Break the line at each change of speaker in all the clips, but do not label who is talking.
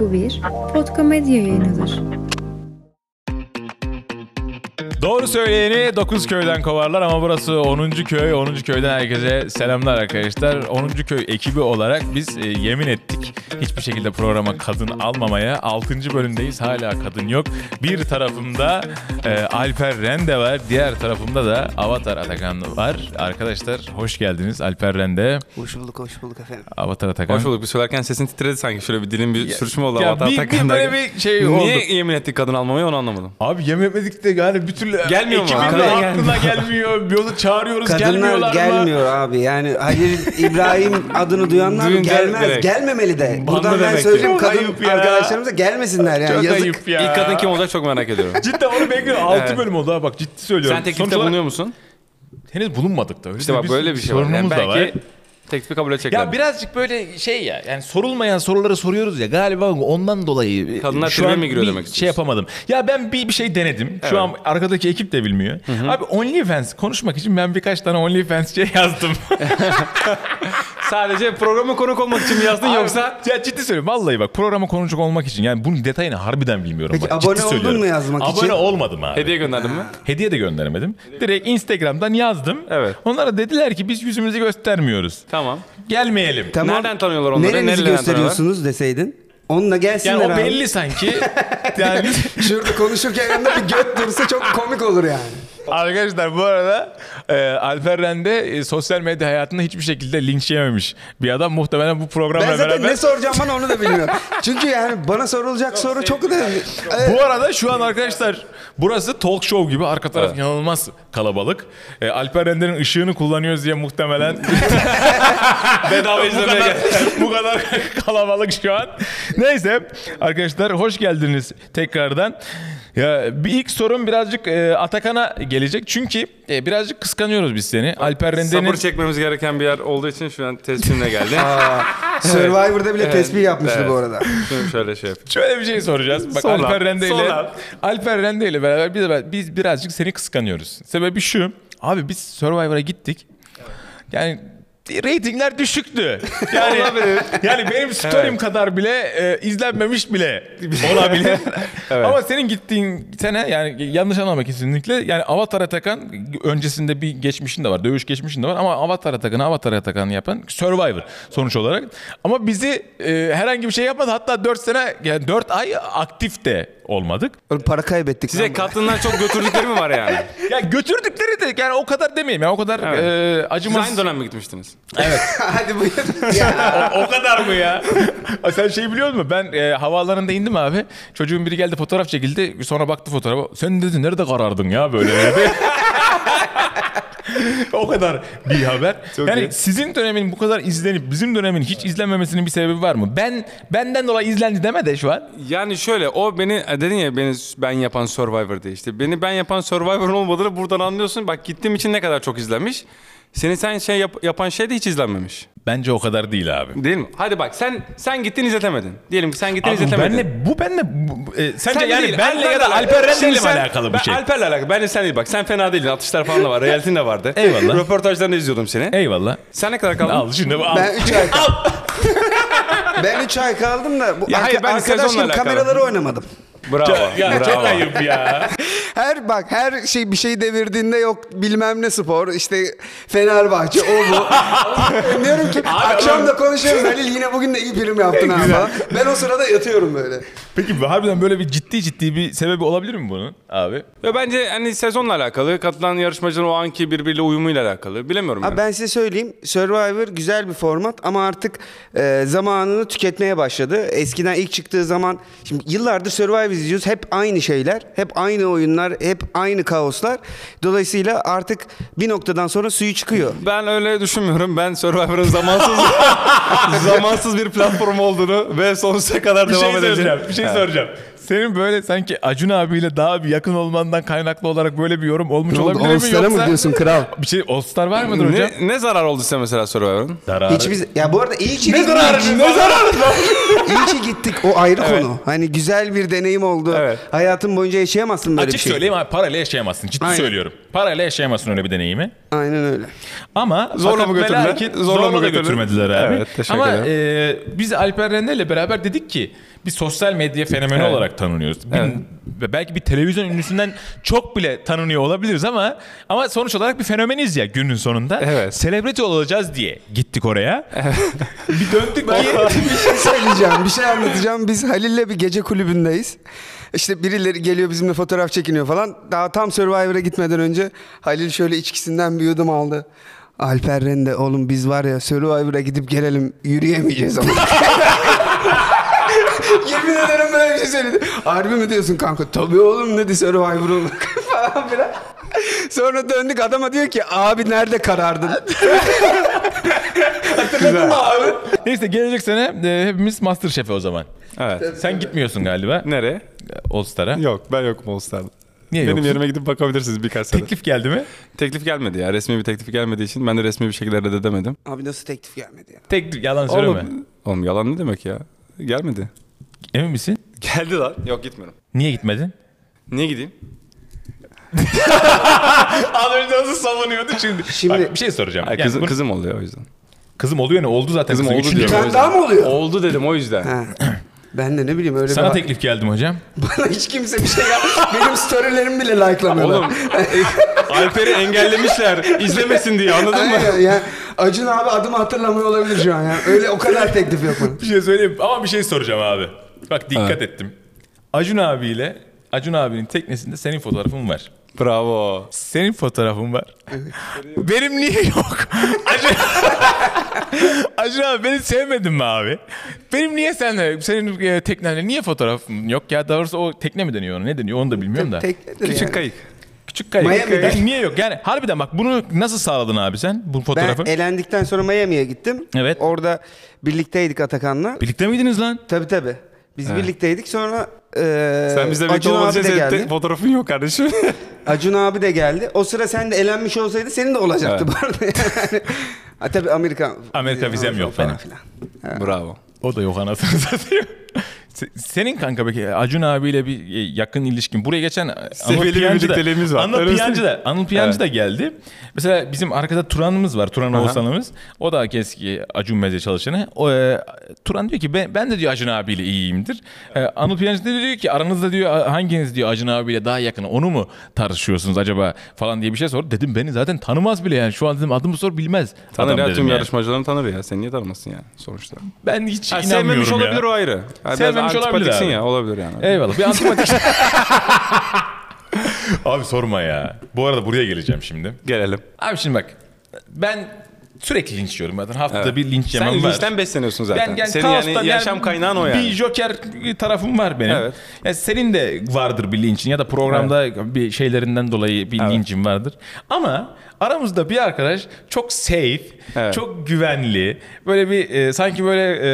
Bu bir podkomedya yayınıdır.
Doğru söyleyeni 9 köyden kovarlar ama burası 10. köy. 10. köyden herkese selamlar arkadaşlar. 10. köy ekibi olarak biz e, yemin ettik. Hiçbir şekilde programa kadın almamaya. 6. bölümdeyiz hala kadın yok. Bir tarafımda e, Alper Rende var. Diğer tarafımda da Avatar Atakan var. Arkadaşlar hoş geldiniz. Alper Rende,
Hoş bulduk, hoş bulduk efendim.
Avatar Atakan.
Hoş bulduk. Bir söylerken sesin titredi sanki. Şöyle bir dilin bir
Ya-
sürçme oldu.
ya
Avatar
bir- bir
Atakan'dan.
böyle bir şey oldu.
Niye yemin ettik kadın almamayı onu anlamadım.
Abi yem etmedik de yani bir türlü
Gelmiyor mu?
ekibin de
Kadınlar
aklına gelmiyor. Yolu çağırıyoruz
Kadınlar
gelmiyorlar mı?
gelmiyor abi. Yani Halil İbrahim adını duyanlar
Duyun
gelmez.
direkt.
Gelmemeli de. Buradan ben
demektir.
söyleyeyim
Çok
kadın
ayıp ya.
arkadaşlarımıza gelmesinler yani.
Çok
Yazık.
ayıp ya.
İlk kadın kim olacak çok merak ediyorum.
Cidden onu bekliyorum. 6
Evet.
bölüm oldu ha bak ciddi söylüyorum.
Sen teklifte
Sonuç olarak
bulunuyor musun?
Henüz bulunmadık da. Öyle
İşte bak böyle bir şey var. Yani
sorunumuz da
belki
var.
teklifi kabul edecekler.
Ya birazcık böyle şey ya yani sorulmayan soruları soruyoruz ya galiba ondan dolayı e,
Kadınlar
şu
tribe
an
mi giriyor
bir
demek
şey
istiyorsun?
yapamadım. Ya ben bir, bir şey denedim.
Evet.
Şu an arkadaki ekip de bilmiyor. Abi OnlyFans konuşmak için ben birkaç tane OnlyFans şey yazdım.
Sadece programa konuk olmak için mi yazdın
Abi,
yoksa?
ya ciddi söylüyorum vallahi bak programa konuşacak olmak için yani bunun detayını harbiden bilmiyorum.
Peki,
bak,
abone
ciddi
oldun
söylüyorum.
mu yazmak için?
Abone olmadım abi.
Hediye gönderdin mi?
Hediye de gönderemedim. Direkt Instagram'dan yazdım.
Evet.
Onlara dediler ki biz yüzümüzü göstermiyoruz.
Tamam.
Gelmeyelim.
Tamam.
Nereden tanıyorlar onları?
Nerenizi
Nereden
gösteriyorsunuz deseydin. Onunla gelsinler
Yani o
abi.
belli sanki. yani
Şurada konuşurken yanında bir göt dursa çok komik olur yani.
arkadaşlar bu arada e, Alper Rende e, sosyal medya hayatında hiçbir şekilde linç yememiş. Bir adam muhtemelen bu programla
Ben zaten
beraber.
ne soracağım bana onu da bilmiyorum. Çünkü yani bana sorulacak
şey-
soru çok önemli. Evet.
Bu arada şu an arkadaşlar burası talk show gibi arka taraf inanılmaz kalabalık. E, Alper Rende'nin ışığını kullanıyoruz diye muhtemelen
Bedava
bu
izlemeye
kadar,
gel.
bu kadar kalabalık şu an. Neyse arkadaşlar hoş geldiniz tekrardan. Ya bir ilk sorum birazcık e, Atakan'a gelecek çünkü e, birazcık kıskanıyoruz biz seni. Alper Rende'nin
Sabır çekmemiz gereken bir yer olduğu için şu an teslimle geldi.
Ah.
Survivor'da bile tespih yapmıştı
Evet.
bu arada.
Şimdi şöyle şey yapayım.
şöyle bir şey soracağız. Bak
Sor lan,
Alper Rende
sor
ile
lan.
Alper Rende ile beraber biz, biz birazcık seni kıskanıyoruz. Sebebi şu. Abi biz Survivor'a gittik. Yani reytingler düşüktü. Yani yani benim story'm
Evet.
kadar bile e, izlenmemiş bile olabilir. Ama senin gittiğin sene yani yanlış anlama kesinlikle. Yani Avatar Atakan öncesinde bir geçmişin de var. Dövüş geçmişin de var ama Avatar Atakan Avatar Atakan yapan Survivor sonuç olarak. Ama bizi e, herhangi bir şey yapmadı. Hatta 4 sene yani 4 ay aktif de olmadık.
Oğlum para kaybettik.
Size
lan bu.
katlından çok götürdükleri mi var yani?
Ya götürdükleri de yani o kadar demeyeyim ya o kadar
Evet.
e,
Siz
acımız.
aynı dönem mi gitmiştiniz?
Hadi buyur. Ya.
o kadar mı ya? Ay Sen şey biliyor musun? Ben e, havaalanında indim abi. Çocuğun biri geldi fotoğraf çekildi. Sonra baktı fotoğrafa. Sen dedi nerede karardın ya böyle dedi. o kadar bir haber. yani
iyi.
sizin dönemin bu kadar izlenip bizim dönemin hiç izlenmemesinin bir sebebi var mı? Ben benden dolayı izlendi deme de şu an.
Yani şöyle o beni e, dedin ya beni ben yapan Survivor diye işte. Beni ben yapan Survivor'ın olmadığını buradan anlıyorsun. Bak gittiğim için ne kadar çok izlenmiş. Seni sen şey yap- yapan şey de hiç izlenmemiş.
Bence o kadar değil abi.
Değil mi? Hadi bak sen sen gittin izletemedin. Diyelim ki sen gittin
Abi bu
izletemedin.
benle bu benle bu- bu- e, sence
Sen de
yani
değil,
benle ya da
Alper'le-
Alper
Şimdi
Rendel'le mi
sen-
alakalı bir
ben
şey?
Alper'le alakalı. Ben de sen değil bak. Sen fena değildin. Atışlar falan da var. Realitin de vardı.
Eyvallah.
Röportajlarını izliyordum seni.
Eyvallah.
Sen ne kadar kaldın?
Al şimdi bu, al.
Ben 3 ay kaldım. ben 3 ay kaldım da bu
Ya
arka-
hayır, ben sezonla
arkadaş gibi
alakalı.
kameraları oynamadım.
Bravo.
ya
bravo.
çok ayıp ya.
Her bak her şey bir şey devirdiğinde yok bilmem ne spor işte Fenerbahçe o bu. Diyorum ki akşam da konuşuyoruz Halil yine bugün de iyi prim yaptın ha falan. Ben o sırada yatıyorum böyle.
Peki bu- harbiden böyle bir ciddi ciddi bir sebebi olabilir mi bunun abi?
Ve bence hani sezonla alakalı, katılan yarışmacıların o anki birbiriyle uyumuyla alakalı. Bilemiyorum yani.
Abi ben size söyleyeyim Survivor güzel bir format ama artık e, zamanını tüketmeye başladı. Eskiden ilk çıktığı zaman şimdi yıllardır Survivor izliyoruz. Hep aynı şeyler, hep aynı oyunlar, hep aynı kaoslar. Dolayısıyla artık bir noktadan sonra suyu çıkıyor.
Ben öyle düşünmüyorum. Ben Survivor'ın zamansız zamansız bir platform olduğunu ve sonsuza kadar
Bir
devam
şey
edeceğim.
soracağım. Bir şey soracağım. Senin böyle sanki Acun abiyle daha bir yakın olmandan kaynaklı olarak böyle bir yorum olmuş olabilir mi yoksa?
kral?
Bir şey All Star var mıdır hocam?
Ne, ne
şey
zarar oldu size mesela Survivor'ın?
Zararı.
Hiçbir ya bu arada iyi ki
ne zararı? Ne zararı?
iyi ki gittik o ayrı
Evet.
konu. Hani güzel bir deneyim oldu.
Evet.
Hayatın boyunca yaşayamazsın böyle
Açık
bir şey.
söyleyeyim abi parayla yaşayamazsın. Ciddi
Aynen.
söylüyorum. Parayla yaşayamazsın öyle bir deneyimi.
Aynen öyle.
Ama
Zorla
fakat
mı götürdüler?
ve lakin
Zorla
zorla,
mı
da
götürdüler?
götürmediler abi.
Evet, teşekkür
Ama
ederim.
e, biz Alper Rende ile beraber dedik ki bir sosyal medya fenomeni
Evet.
olarak tanınıyoruz. Bir-
Evet.
ve Belki bir televizyon ünlüsünden çok bile tanınıyor olabiliriz ama ama sonuç olarak bir fenomeniz ya günün sonunda.
Evet.
Selebriti olacağız diye gittik oraya. bir döndük ki
bir şey söyleyeceğim, bir şey anlatacağım. Biz Halil'le bir gece kulübündeyiz. İşte birileri geliyor bizimle fotoğraf çekiniyor falan. Daha tam Survivor'a gitmeden önce Halil şöyle içkisinden bir yudum aldı. Alper Rende oğlum biz var ya Survivor'a gidip gelelim yürüyemeyeceğiz ama. Yemin ederim böyle bir şey söyledi. Harbi mi diyorsun kanka? Tabii oğlum dedi Survivor olur falan filan. Sonra döndük adama diyor ki abi nerede karardın? Hatırladın mı abi?
Neyse gelecek sene e, hepimiz Masterchef'e o zaman.
Evet.
Sen gitmiyorsun galiba
Nereye?
All Star'a.
Yok ben yokum All
Niye
Benim
yoksun?
yerime gidip bakabilirsiniz birkaç sene.
Teklif geldi mi?
Teklif gelmedi ya. Resmi bir teklif gelmediği için ben de resmi bir şekilde reddedemedim.
Abi nasıl teklif gelmedi ya?
Teklif yalan söyleme.
Oğlum yalan ne demek ya? Gelmedi.
Emin misin?
Geldi lan. Yok gitmiyorum.
Niye gitmedin?
Niye gideyim?
Az önce nasıl savunuyordu şimdi.
Şimdi-
Bak, bir şey soracağım.
Ay,
Yani
kızı-
bunu-
kızım oluyor o yüzden.
kızım oluyor ne oldu zaten.
Kızım oldu
Üçüncü-
diyorum.
tane
o yüzden.
daha mı oluyor?
Oldu dedim o yüzden.
Ha. Ben de ne bileyim öyle
Sana
bir...
teklif geldi mi hocam?
Bana hiç kimse bir şey yap. Benim storylerimi bile like'lamıyorlar.
Oğlum Alper'i engellemişler. İzlemesin diye anladın mı?
Aynen ya. Acun abi adımı hatırlamıyor olabilir şu an ya. Öyle o kadar teklif yok bana.
Bir şey söyleyeyim ama bir şey soracağım abi. Bak dikkat
Evet.
ettim. Acun abiyle Acun abinin teknesinde senin fotoğrafın var.
Bravo.
Senin fotoğrafın var. Benim niye yok? Acun... Acun abi beni sevmedin mi abi? Benim niye senle, senin e, teknenle niye fotoğrafın yok? Ya daha doğrusu o tekne mi deniyor ona? Ne deniyor onu da bilmiyorum da.
Teknedir
Küçük
yani.
kayık.
Küçük kayık.
Miami'de.
Yani niye yok? Yani harbiden bak bunu nasıl sağladın abi sen bu
Ben
fotoğrafı?
elendikten sonra Miami'ye gittim.
Evet.
Orada birlikteydik Atakan'la.
Birlikte miydiniz lan?
Tabii tabii. Biz birlikteydik sonra e,
Sen bizle birlikte
Acun
olmadığın
abi
için
de
senin
geldi.
te- fotoğrafın yok kardeşim.
Acun abi de geldi. O sıra sen de elenmiş olsaydı senin de olacaktı
Evet.
bu arada. Yani. Ha, tabii Amerika...
Amerika vizem yok
falan
benim.
filan.
Bravo.
O da yok anasını satayım. Se- Senin kanka peki Acun abiyle bir e, yakın ilişkin. Buraya geçen e, Anıl
Seviyeli bir
Piyancı da,
birlikteliğimiz var.
Anıl
Öyle
Piyancı da, Anıl Piyancı
Evet.
da geldi. Mesela bizim arkada Turan'ımız var. Turan Oğuzhan'ımız. O da eski Acun Meze çalışanı. O, e, Turan diyor ki ben, ben de diyor Acun abiyle iyiyimdir. E, Anıl Piyancı da diyor ki aranızda diyor hanginiz diyor Acun abiyle daha yakın onu mu tartışıyorsunuz acaba falan diye bir şey sordu. Dedim beni zaten tanımaz bile yani. Şu an dedim adımı sor bilmez.
Tanır
adam dedim
ya Hani tüm
yani.
yarışmacılarını tanır ya. Sen niye tanımazsın ya sonuçta?
Ben hiç
Ha,
inanmıyorum
sevmemiş
ya.
olabilir o ayrı. Ha,
Sevmemiş
biraz
olabilir
antipatiksin
abi.
ya olabilir yani.
Eyvallah. Bir antipatik. şey. Abi sorma ya. Bu arada buraya geleceğim şimdi.
Gelelim.
Abi şimdi bak. Ben sürekli linç yiyorum zaten. Haftada
Evet.
bir linç yemem
Sen
var.
linçten besleniyorsun zaten.
Ben yani
Senin
kaostan
yani yaşam kaynağın o yani.
Bir joker tarafım var benim.
Evet.
Yani senin de vardır bir linçin ya da programda bir şeylerinden dolayı bir linçin vardır. Ama aramızda bir arkadaş çok safe,
Evet.
çok güvenli, böyle bir e, sanki böyle e,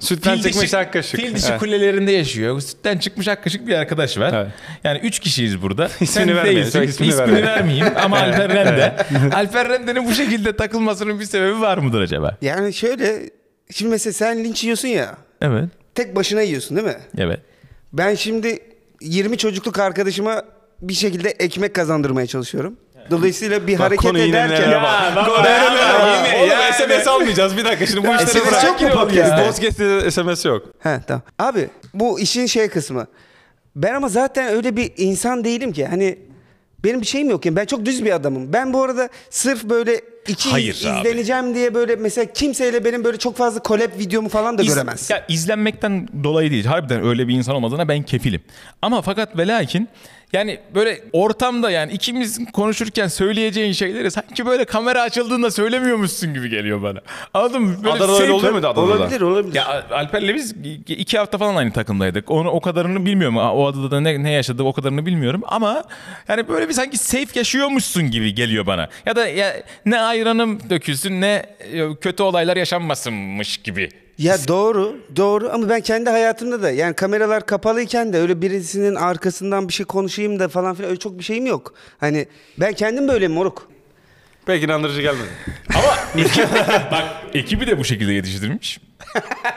Sütten
fil
çıkmış
dişi-
ak kaşık.
Fil dişi
Evet.
kulelerinde yaşıyor. Sütten çıkmış ak kaşık bir arkadaş var.
Evet.
Yani üç kişiyiz burada. Sen
vermeyelim,
değilsin.
sen ismini
İsmini
vermeyelim.
vermeyeyim ama Alper Rende. Alper Rende'nin bu şekilde takılmasının bir sebebi var mıdır acaba?
Yani şöyle şimdi mesela sen linç yiyorsun ya.
Evet.
Tek başına yiyorsun değil mi?
Evet.
Ben şimdi 20 çocukluk arkadaşıma bir şekilde ekmek kazandırmaya çalışıyorum. Dolayısıyla bir hareket
konu yine
ederken
nereye bak.
baba,
Oğlum
yani.
SMS almayacağız bir dakika şimdi bu işleri
SMS
bırak.
yok mu
Podcast'te
podcast'te?
SMS yok.
He tamam. Abi bu işin şey kısmı. Ben ama zaten öyle bir insan değilim ki. Hani benim bir şeyim yok yani. Ben çok düz bir adamım. Ben bu arada sırf böyle iki
Hayır abi.
izleneceğim diye böyle mesela kimseyle benim böyle çok fazla collab videomu falan da
İz-
göremez.
Ya izlenmekten dolayı değil. Harbiden öyle bir insan olmadığına ben kefilim. Ama fakat ve lakin yani böyle ortamda yani ikimiz konuşurken söyleyeceğin şeyleri sanki böyle kamera açıldığında söylemiyormuşsun gibi geliyor bana. Anladın mı? Böyle
Adana'da öyle
safe-
oluyor muydu Adana'da?
Olabilir olabilir.
Ya Al- Alper'le biz iki hafta falan aynı takımdaydık. Onu o kadarını bilmiyorum. O adada da ne, ne yaşadı o kadarını bilmiyorum. Ama yani böyle bir sanki safe yaşıyormuşsun gibi geliyor bana. Ya da ya, ne ayranım dökülsün ne e, kötü olaylar yaşanmasınmış gibi
Ya doğru, doğru ama ben kendi hayatımda da yani kameralar kapalıyken de öyle birisinin arkasından bir şey konuşayım da falan filan öyle çok bir şeyim yok. Hani ben kendim böyle moruk.
Pek inandırıcı gelmedi.
Ekibi de bu şekilde yetiştirmiş.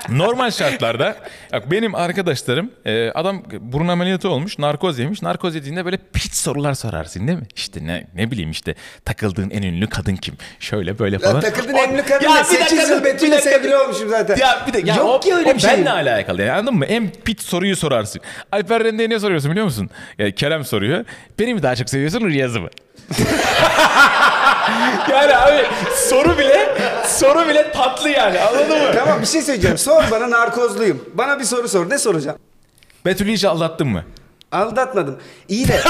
Normal şartlarda bak benim arkadaşlarım e, adam burun ameliyatı olmuş narkoz yemiş. Narkoz yediğinde böyle piç sorular sorarsın değil mi? İşte ne ne bileyim işte takıldığın en ünlü kadın kim? Şöyle böyle falan.
Ya takıldın
O-
emli
Ya
kadınla
bir
8
dakika,
yıl
bir
Betül'le
dakika.
sevgili olmuşum zaten.
Ya bir de ya
Yok
o,
ki öyle
o
bir şey.
benle alakalı yani anladın mı? En pit soruyu sorarsın. Alper Rende'ye ne soruyorsun biliyor musun? Ya Kerem soruyor. Beni mi daha çok seviyorsun Riyaz'ı mı? yani abi soru bile soru bile tatlı yani anladın mı?
Tamam bir şey söyleyeceğim. Sor bana narkozluyum. Bana bir soru sor. Ne soracağım?
Betül'ü hiç aldattın mı?
Aldatmadım. İyi de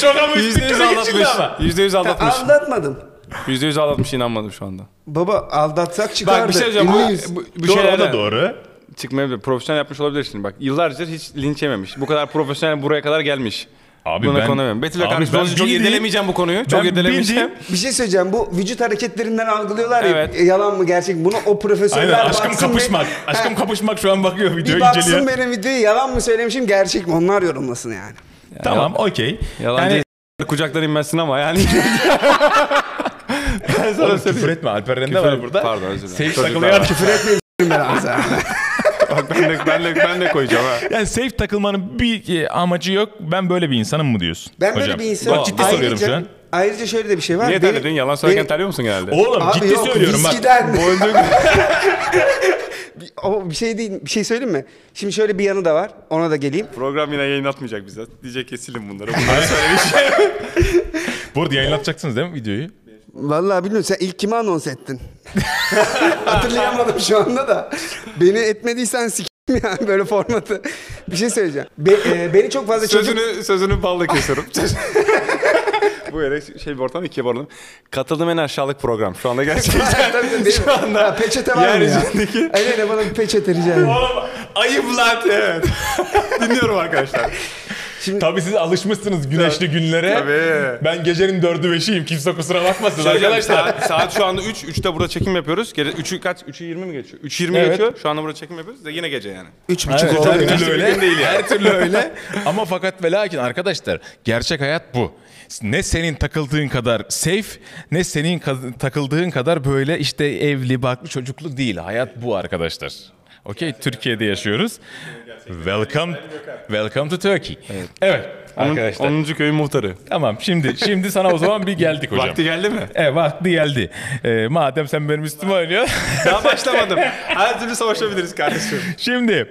Çok ama
Yüzde yüz aldatmış. Yüzde yüz aldatmış.
aldatmadım.
Yüzde yüz aldatmış inanmadım şu anda.
Baba aldatsak çıkardı.
Bak bir şey söyleyeceğim.
Emiyiz.
Bu, bu, bu şey
doğru o
şeylerden-
da doğru.
Çıkmayabilir. Profesyonel yapmış olabilir şimdi bak. Yıllarca hiç linç yememiş. Bu kadar profesyonel buraya kadar gelmiş.
Abi
Buna
ben-
konamıyorum. Betül'le
Abi
karşı
ben
olunca çok
bildiğin-
irdelemeyeceğim bu konuyu. Çok
Ben
irdelemeyeceğim.
bildiğin-
Bir şey söyleyeceğim. Bu vücut hareketlerinden algılıyorlar ya.
Evet.
e, Yalan mı gerçek? mi? Bunu o profesörler
Aynen aşkım
baksın
kapışmak.
be-
Aşkım
Ha,
kapışmak şu an bakıyor videoyu
Bir baksın
inceliyor.
benim videoyu yalan mı söylemişim gerçek mi? Onlar yorumlasın yani.
Tamam okey.
Yalancı
Yani
kucaklar inmezsin ama yani. ben sana
Oğlum,
söyleyeyim.
küfür etme Alper Rende
Küfür-
var burada.
Pardon, özür
Safe
dilerim. Çocuklar
takılıyor.
var.
Küfür etmeyin ben ağzına.
Bak ben de, ben de, ben de koyacağım ha.
Yani safe takılmanın bir e, amacı yok. Ben böyle bir insanım mı diyorsun?
Ben
hocam?
böyle bir insanım.
Bak ciddi
Ayrıca-
soruyorum şu an.
Ayrıca şöyle de bir şey var.
Niye
Benim-
terledin? Yalan söylerken
benim-
terliyor musun genelde?
Oğlum
Abi
ciddi
yok,
söylüyorum bak.
viskiden.
Boynuk-
O bir şey değil, bir şey söyleyeyim mi? Şimdi şöyle bir yanı da var. Ona da geleyim.
Program yine yayınlatmayacak bize. Diyecek ki silin bunları.
Bu arada yayınlatacaksınız değil mi videoyu?
Vallahi bilmiyorum sen ilk kime anons ettin? Hatırlayamadım şu anda da. Beni etmediysen s**eyim yani böyle formatı. Bir şey söyleyeceğim. Be- e, beni çok fazla çocuk...
sözünü sözünü balla kesiyorum. Bu yere şey bir ortam ikiye bölüm. Katıldığım en aşağılık program. Şu anda gerçekten.
Şu anda. peçete var mı ya?
yeryüzündeki-
Aynen bana bir peçete rica ederim.
Oğlum ayıp lan.
evet. Dinliyorum arkadaşlar.
Tabii siz alışmışsınız güneşli günlere.
Tabii.
Ben gecenin dördü beşiyim. Kimse kusura bakmasın arkadaşlar.
saat, saat şu anda 3. 3'te burada çekim yapıyoruz. Gece 3'ü kaç? 3'ü 20 mi geçiyor? 3'ü 20
Evet.
geçiyor. Şu anda burada çekim yapıyoruz. Da yine gece yani.
Üç buçuk
Evet,
oldu.
her
Güneşli
türlü
bir
öyle.
gün değil yani.
Her türlü öyle. Ama fakat ve lakin arkadaşlar gerçek hayat bu. Ne senin takıldığın kadar safe ne senin ka- takıldığın kadar böyle işte evli, baklı, çocuklu değil. Hayat bu arkadaşlar. Okey Türkiye'de yaşıyoruz. Welcome welcome to Turkey. Evet. arkadaşlar.
10. köyün muhtarı.
Tamam şimdi şimdi sana o zaman bir geldik hocam.
Vakti geldi mi?
E vakti geldi. E, madem sen benim üstüme oynuyorsun.
Daha başlamadım. Her türlü savaşabiliriz kardeşim.
Şimdi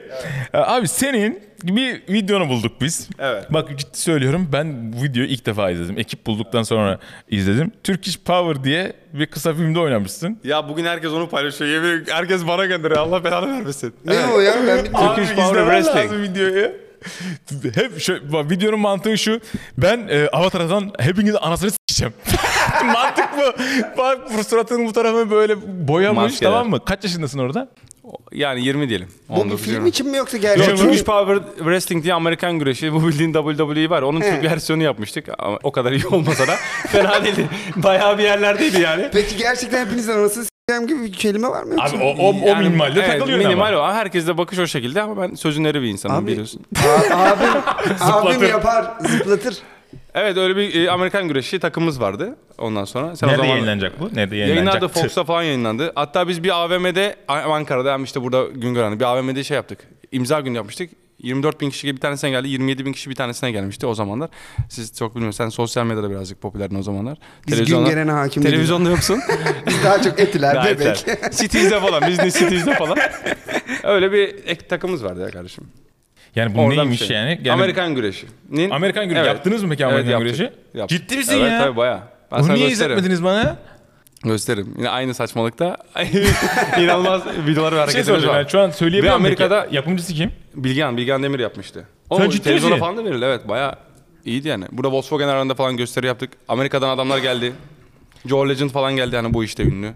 e, abi senin bir videonu bulduk biz.
Evet.
Bak ciddi söylüyorum ben bu videoyu ilk defa izledim. Ekip bulduktan sonra izledim. Turkish Power diye bir kısa filmde oynamışsın.
Ya bugün herkes onu paylaşıyor. Yemin ediyorum herkes bana gönderiyor. Allah belanı vermesin.
Ne o ya? Ben bir-
Abi
Turkish Power
izlemen
Wrestling.
lazım videoyu. Hep şöyle, bak, videonun mantığı şu. Ben e, Avatar'dan hepinizi anasını s**eceğim. Mantık bu. Bak bu suratının bu tarafını böyle boyamış
Maskeler.
tamam mı? Kaç yaşındasın orada?
Yani 20 diyelim.
Bu bir
19
film
diyorum.
için mi yoksa
Yok,
gerçek mi?
Turkish Power Wrestling diye Amerikan güreşi. Bu bildiğin WWE var. Onun Türk
He.
versiyonu yapmıştık. Ama o kadar iyi olmasa da fena değildi. Bayağı bir yerlerdeydi yani.
Peki gerçekten hepinizden anasını s**eyim gibi bir kelime var mı? yoksa?
Abi o, o, o
Yani,
minimalde
evet,
takılıyor
Minimal
ama.
o. Herkes de bakış o şekilde ama ben sözünleri bir insanım
Abi-
biliyorsun.
A- abim, abim
Zıplatır.
yapar, zıplatır.
Evet öyle bir e, Amerikan güreşi takımımız vardı. Ondan sonra. Sen o
Nerede
zaman-
yayınlanacak bu? Nerede yayınlanacak?
Yayınlarda Fox'ta falan yayınlandı. Hatta biz bir AVM'de An- Ankara'da hem işte burada Güngör Hanım bir AVM'de şey yaptık. İmza günü yapmıştık. 24 bin kişi bir tanesine geldi. 27 bin kişi bir tanesine gelmişti o zamanlar. Siz çok bilmiyorsunuz. Sen sosyal medyada birazcık popülerdin o zamanlar.
Biz Güngeren'e hakim değiliz.
Televizyonda yoksun.
Biz daha çok etiler,
Daha
bebek.
yeter. City's'de falan. Biz de City's'de falan. Öyle bir ek takımımız vardı ya kardeşim.
Yani bu
Oradan bir
neymiş
şey.
yani? yani?
Amerikan güreşi. Nin-
Amerikan güreşi. Yaptınız mı peki Amerikan
yaptık.
güreşi?
Yaptık.
Ciddi misin
evet,
ya?
Tabii bayağı. Ben
Bunu
sana
niye
gösteririm.
izletmediniz bana?
Gösteririm. Yine aynı saçmalıkta inanılmaz videolar ve
Bir şey
hareketler
soracağım. Ben şu an söyleyemiyorum.
Ve
peki.
Amerika'da-
yapımcısı kim?
Bilgehan, Bilgehan Demir yapmıştı. O
Sen ciddi
televizyona
misin?
falan da verildi evet baya iyiydi yani. Burada Volkswagen Arena'da falan gösteri yaptık. Amerika'dan adamlar geldi. Joe Legend falan geldi yani bu işte ünlü.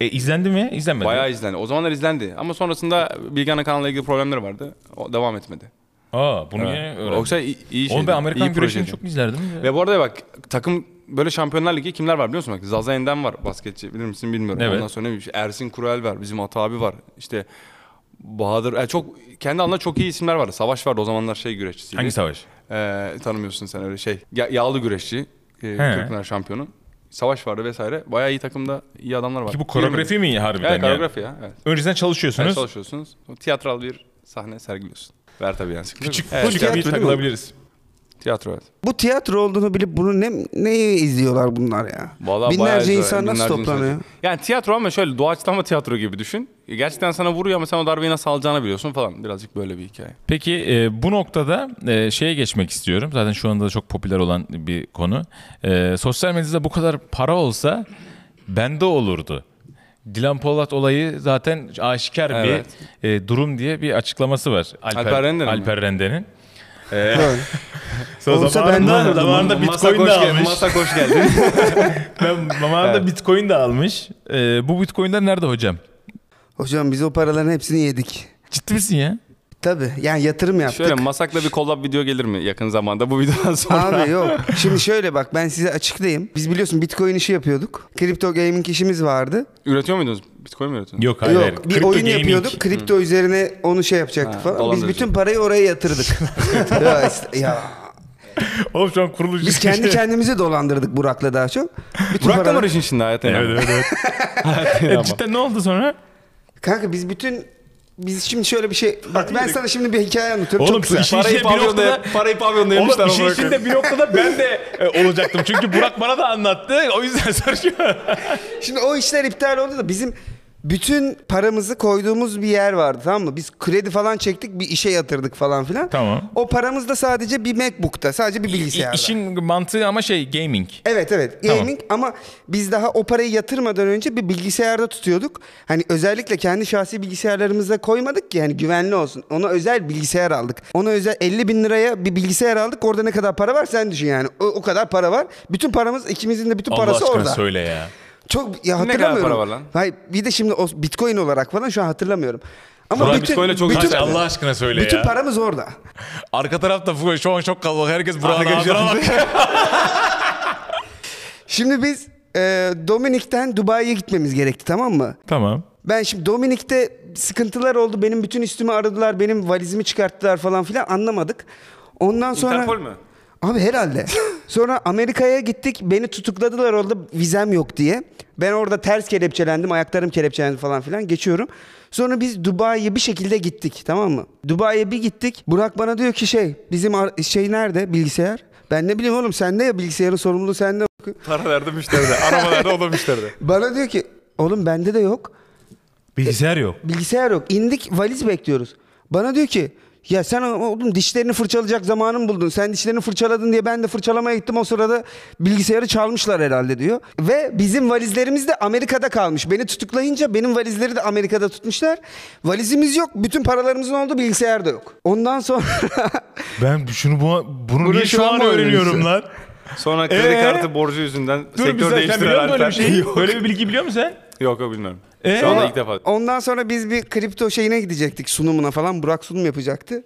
E izlendi mi? İzlenmedi.
Bayağı izlendi. O zamanlar izlendi ama sonrasında Bilgehan'ın kanalıyla ilgili problemleri vardı. O devam etmedi.
Aa bunu niye öğrendin?
Yoksa iyi, iyi şeydi.
Oğlum ben Amerikan
iyi
güreşini
projeydi.
çok izlerdim. ya.
Ve bu arada bak takım böyle Şampiyonlar Ligi kimler var biliyor musun? Bak Zaza Enden var basketçi bilir misin bilmiyorum.
Evet.
Ondan sonra ne bileyim, Ersin Kural var. Bizim Ata abi var. İşte Bahadır. yani çok kendi alanında çok iyi isimler vardı. Savaş vardı o zamanlar şey güreşçisiydi.
Hangi savaş?
Ee, tanımıyorsun sen öyle şey. Ya- yağlı güreşçi. E, Kırkpınar şampiyonu. savaş vardı vesaire. Bayağı iyi takımda iyi adamlar var.
Ki bu koreografi mi harbiden
Evet
yani?
koreografi ya. Evet.
Öncesinden çalışıyorsunuz.
Evet, çalışıyorsunuz. Tiyatral bir sahne sergiliyorsun. Ver tabii yani sıkıntı
Küçük,
yok. Evet,
küçük
tiyatro
bir
değil mi?
takılabiliriz.
tiyatro evet.
Bu tiyatro olduğunu bilip bunu ne neyi izliyorlar bunlar ya?
Vallahi bayağı
binlerce
güzel,
insan nasıl
binlerce
toplanıyor?
insan. Yani tiyatro ama şöyle doğaçlama tiyatro gibi düşün. E, Gerçekten sana vuruyor ama sen o darbeyi nasıl alacağını biliyorsun falan. Birazcık böyle bir hikaye.
Peki e, bu noktada e, şeye geçmek istiyorum. Zaten şu anda da çok popüler olan bir konu. E, sosyal medyada bu kadar para olsa bende olurdu. Dilan Polat olayı zaten aşikar
Evet.
bir e, durum diye bir açıklaması var. Alper,
Alper Rende'nin mi?
Alper Rende'nin. E,
Doğru.
sonra
Olsa ben de
zamanında,
olurdum.
zamanında Bitcoin de
hoş gel-
almış.
Masak hoş geldin.
Ben zamanında
Evet.
Bitcoin de almış. E, bu Bitcoin'ler nerede hocam?
Hocam biz o paraların hepsini yedik.
Ciddi misin ya?
Tabii yani yatırım yaptık.
şöyle masakla bir collab video gelir mi yakın zamanda bu videodan sonra?
Abi yok. Şimdi şöyle bak ben size açıklayayım. Biz biliyorsun Bitcoin işi yapıyorduk. Kripto gaming işimiz vardı.
Üretiyor muydunuz? Bitcoin mi üretiyorsunuz?
Yok hayır. hayır.
Yok bir
Kripto
oyun
gaming.
yapıyorduk. Kripto üzerine onu şey yapacaktık
Ha,
falan. Biz
dolandırıcı.
bütün parayı oraya yatırdık. ya, işte- ya.
Oğlum şu an kuruluş.
Biz kendi kendimizi dolandırdık Burak'la daha çok. Bütün
Burak da mı
paraları-
işin içinde hayatın?
Evet evet evet. E,
Tamam.
Cidden ne oldu sonra?
Kanka biz bütün biz şimdi şöyle bir şey bak ben sana şimdi bir hikaye anlatıyorum
Oğlum
çok güzel.
iş- işin içinde bir noktada-
parayı pavyonda
Oğlum
yemişler.
işin
ama bırakın.
içinde bir noktada ben de e, olacaktım. Çünkü Burak bana da anlattı. O yüzden soruyorum.
Şimdi o işler iptal oldu da bizim bütün paramızı koyduğumuz bir yer vardı tamam mı? Biz kredi falan çektik bir işe yatırdık falan filan.
Tamam.
O paramız da sadece bir Macbook'ta sadece bir bilgisayarda.
İşin mantığı ama şey gaming.
Evet evet
Tamam.
gaming ama biz daha o parayı yatırmadan önce bir bilgisayarda tutuyorduk. Hani özellikle kendi şahsi bilgisayarlarımıza koymadık ki yani güvenli olsun. Ona özel bilgisayar aldık. Ona özel 50 bin liraya bir bilgisayar aldık. Orada ne kadar para var sen düşün yani. O, o kadar para var. Bütün paramız ikimizin de bütün parası orada.
söyle ya.
Çok ya
Ne kadar
hatırlamıyorum.
para var lan?
Hayır bir de şimdi o bitcoin olarak falan şu an hatırlamıyorum. Ama
Ulan
bütün,
Bitcoin'le çok
Kaç
bütün,
Bütün-
Allah aşkına söyle
bütün
ya.
paramız orada.
Arka tarafta full- şu an çok kalabalık. Herkes Burak'ın
Arkadaşlar-
ağzına bak.
Şimdi biz e, Dominik'ten Dubai'ye gitmemiz gerekti tamam mı?
tamam.
Ben şimdi Dominik'te sıkıntılar oldu. Benim bütün üstümü aradılar. Benim valizimi çıkarttılar falan filan anlamadık. Ondan sonra...
Interpol mü?
Abi herhalde. Sonra Amerika'ya gittik. Beni tutukladılar orada vizem yok diye. Ben orada ters kelepçelendim. Ayaklarım kelepçelendi falan filan. Geçiyorum. Sonra biz Dubai'ye bir şekilde gittik. Tamam mı? Dubai'ye bir gittik. Burak bana diyor ki şey bizim ar- şey nerede bilgisayar? Ben ne bileyim oğlum sende ya bilgisayarın sorumluluğu sende.
Para verdim müşteride. Araba verdi o da müşteride.
Bana diyor ki oğlum bende de yok.
Bilgisayar yok.
Bilgisayar yok. İndik valiz bekliyoruz. Bana diyor ki ya sen oğlum dişlerini fırçalayacak zamanı mı buldun? Sen dişlerini fırçaladın diye ben de fırçalamaya gittim. O sırada bilgisayarı çalmışlar herhalde diyor. Ve bizim valizlerimiz de Amerika'da kalmış. Beni tutuklayınca benim valizleri de Amerika'da tutmuşlar. Valizimiz yok. Bütün paralarımızın olduğu bilgisayar da yok. Ondan sonra
Ben şunu bu, bunu, niye
şu
şu
an
an
mı
öğreniyorum
öğreniyorsun?
lan?
Sonra kredi
Ee?
kartı borcu yüzünden
Dur bir
sektör
sen, sen biliyor
değiştiren
musun böyle bir
Alper.
şey? Böyle bir bilgi biliyor musun sen?
Yok yok bilmiyorum.
Ee?
Şu anda ilk defa.
ondan sonra biz bir kripto şeyine gidecektik sunumuna falan. Burak sunum yapacaktı.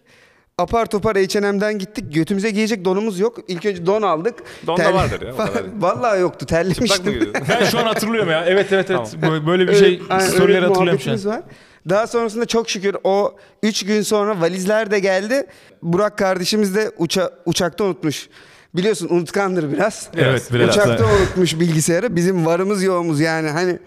Apar topar H&M'den gittik. Götümüze giyecek donumuz yok. İlk önce don aldık.
Don da vardır ya, o kadar.
Vallahi yoktu.
Çıplak mı
Terlemiştim.
gidiyorsun?
Ben şu an hatırlıyorum ya. Evet evet evet. Böyle- Böyle bir
Öyle-
şey
aynen, öyle bir
storyleri hatırlıyorum şu an.
muhabbetimiz Var. Daha sonrasında çok şükür o 3 gün sonra valizler de geldi. Burak kardeşimiz de uça, uçakta unutmuş. Biliyorsun unutkandır biraz.
Evet, biraz.
Uçakta unutmuş bilgisayarı. Bizim varımız yoğumuz yani hani.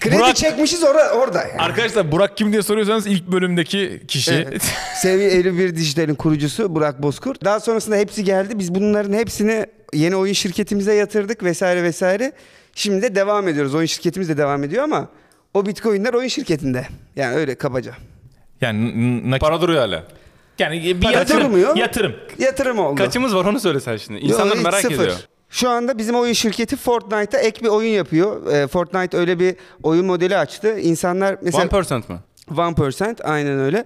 Kredi
Burak-
çekmişiz or- orada yani.
Arkadaşlar Burak kim diye soruyorsanız ilk bölümdeki kişi.
Evet. Sevgi 51 Dijital'in kurucusu Burak Bozkurt. Daha sonrasında hepsi geldi. Biz bunların hepsini yeni oyun şirketimize yatırdık vesaire vesaire. Şimdi de devam ediyoruz. Oyun şirketimiz de devam ediyor ama o bitcoinler oyun şirketinde. Yani öyle kabaca.
yani n- nakit-
Para duruyor hala.
yani bir
Para
yatırım.
durmuyor.
Yatırım.
Yatırım oldu.
Kaçımız var onu söyle sen şimdi. İnsanlar
Yo,
merak
sıfır.
ediyor.
Şu anda bizim oyun şirketi Fortnite'a ek bir oyun yapıyor. Ee, Fortnite öyle bir oyun modeli açtı. İnsanlar mesela
1% mı?
1% aynen öyle.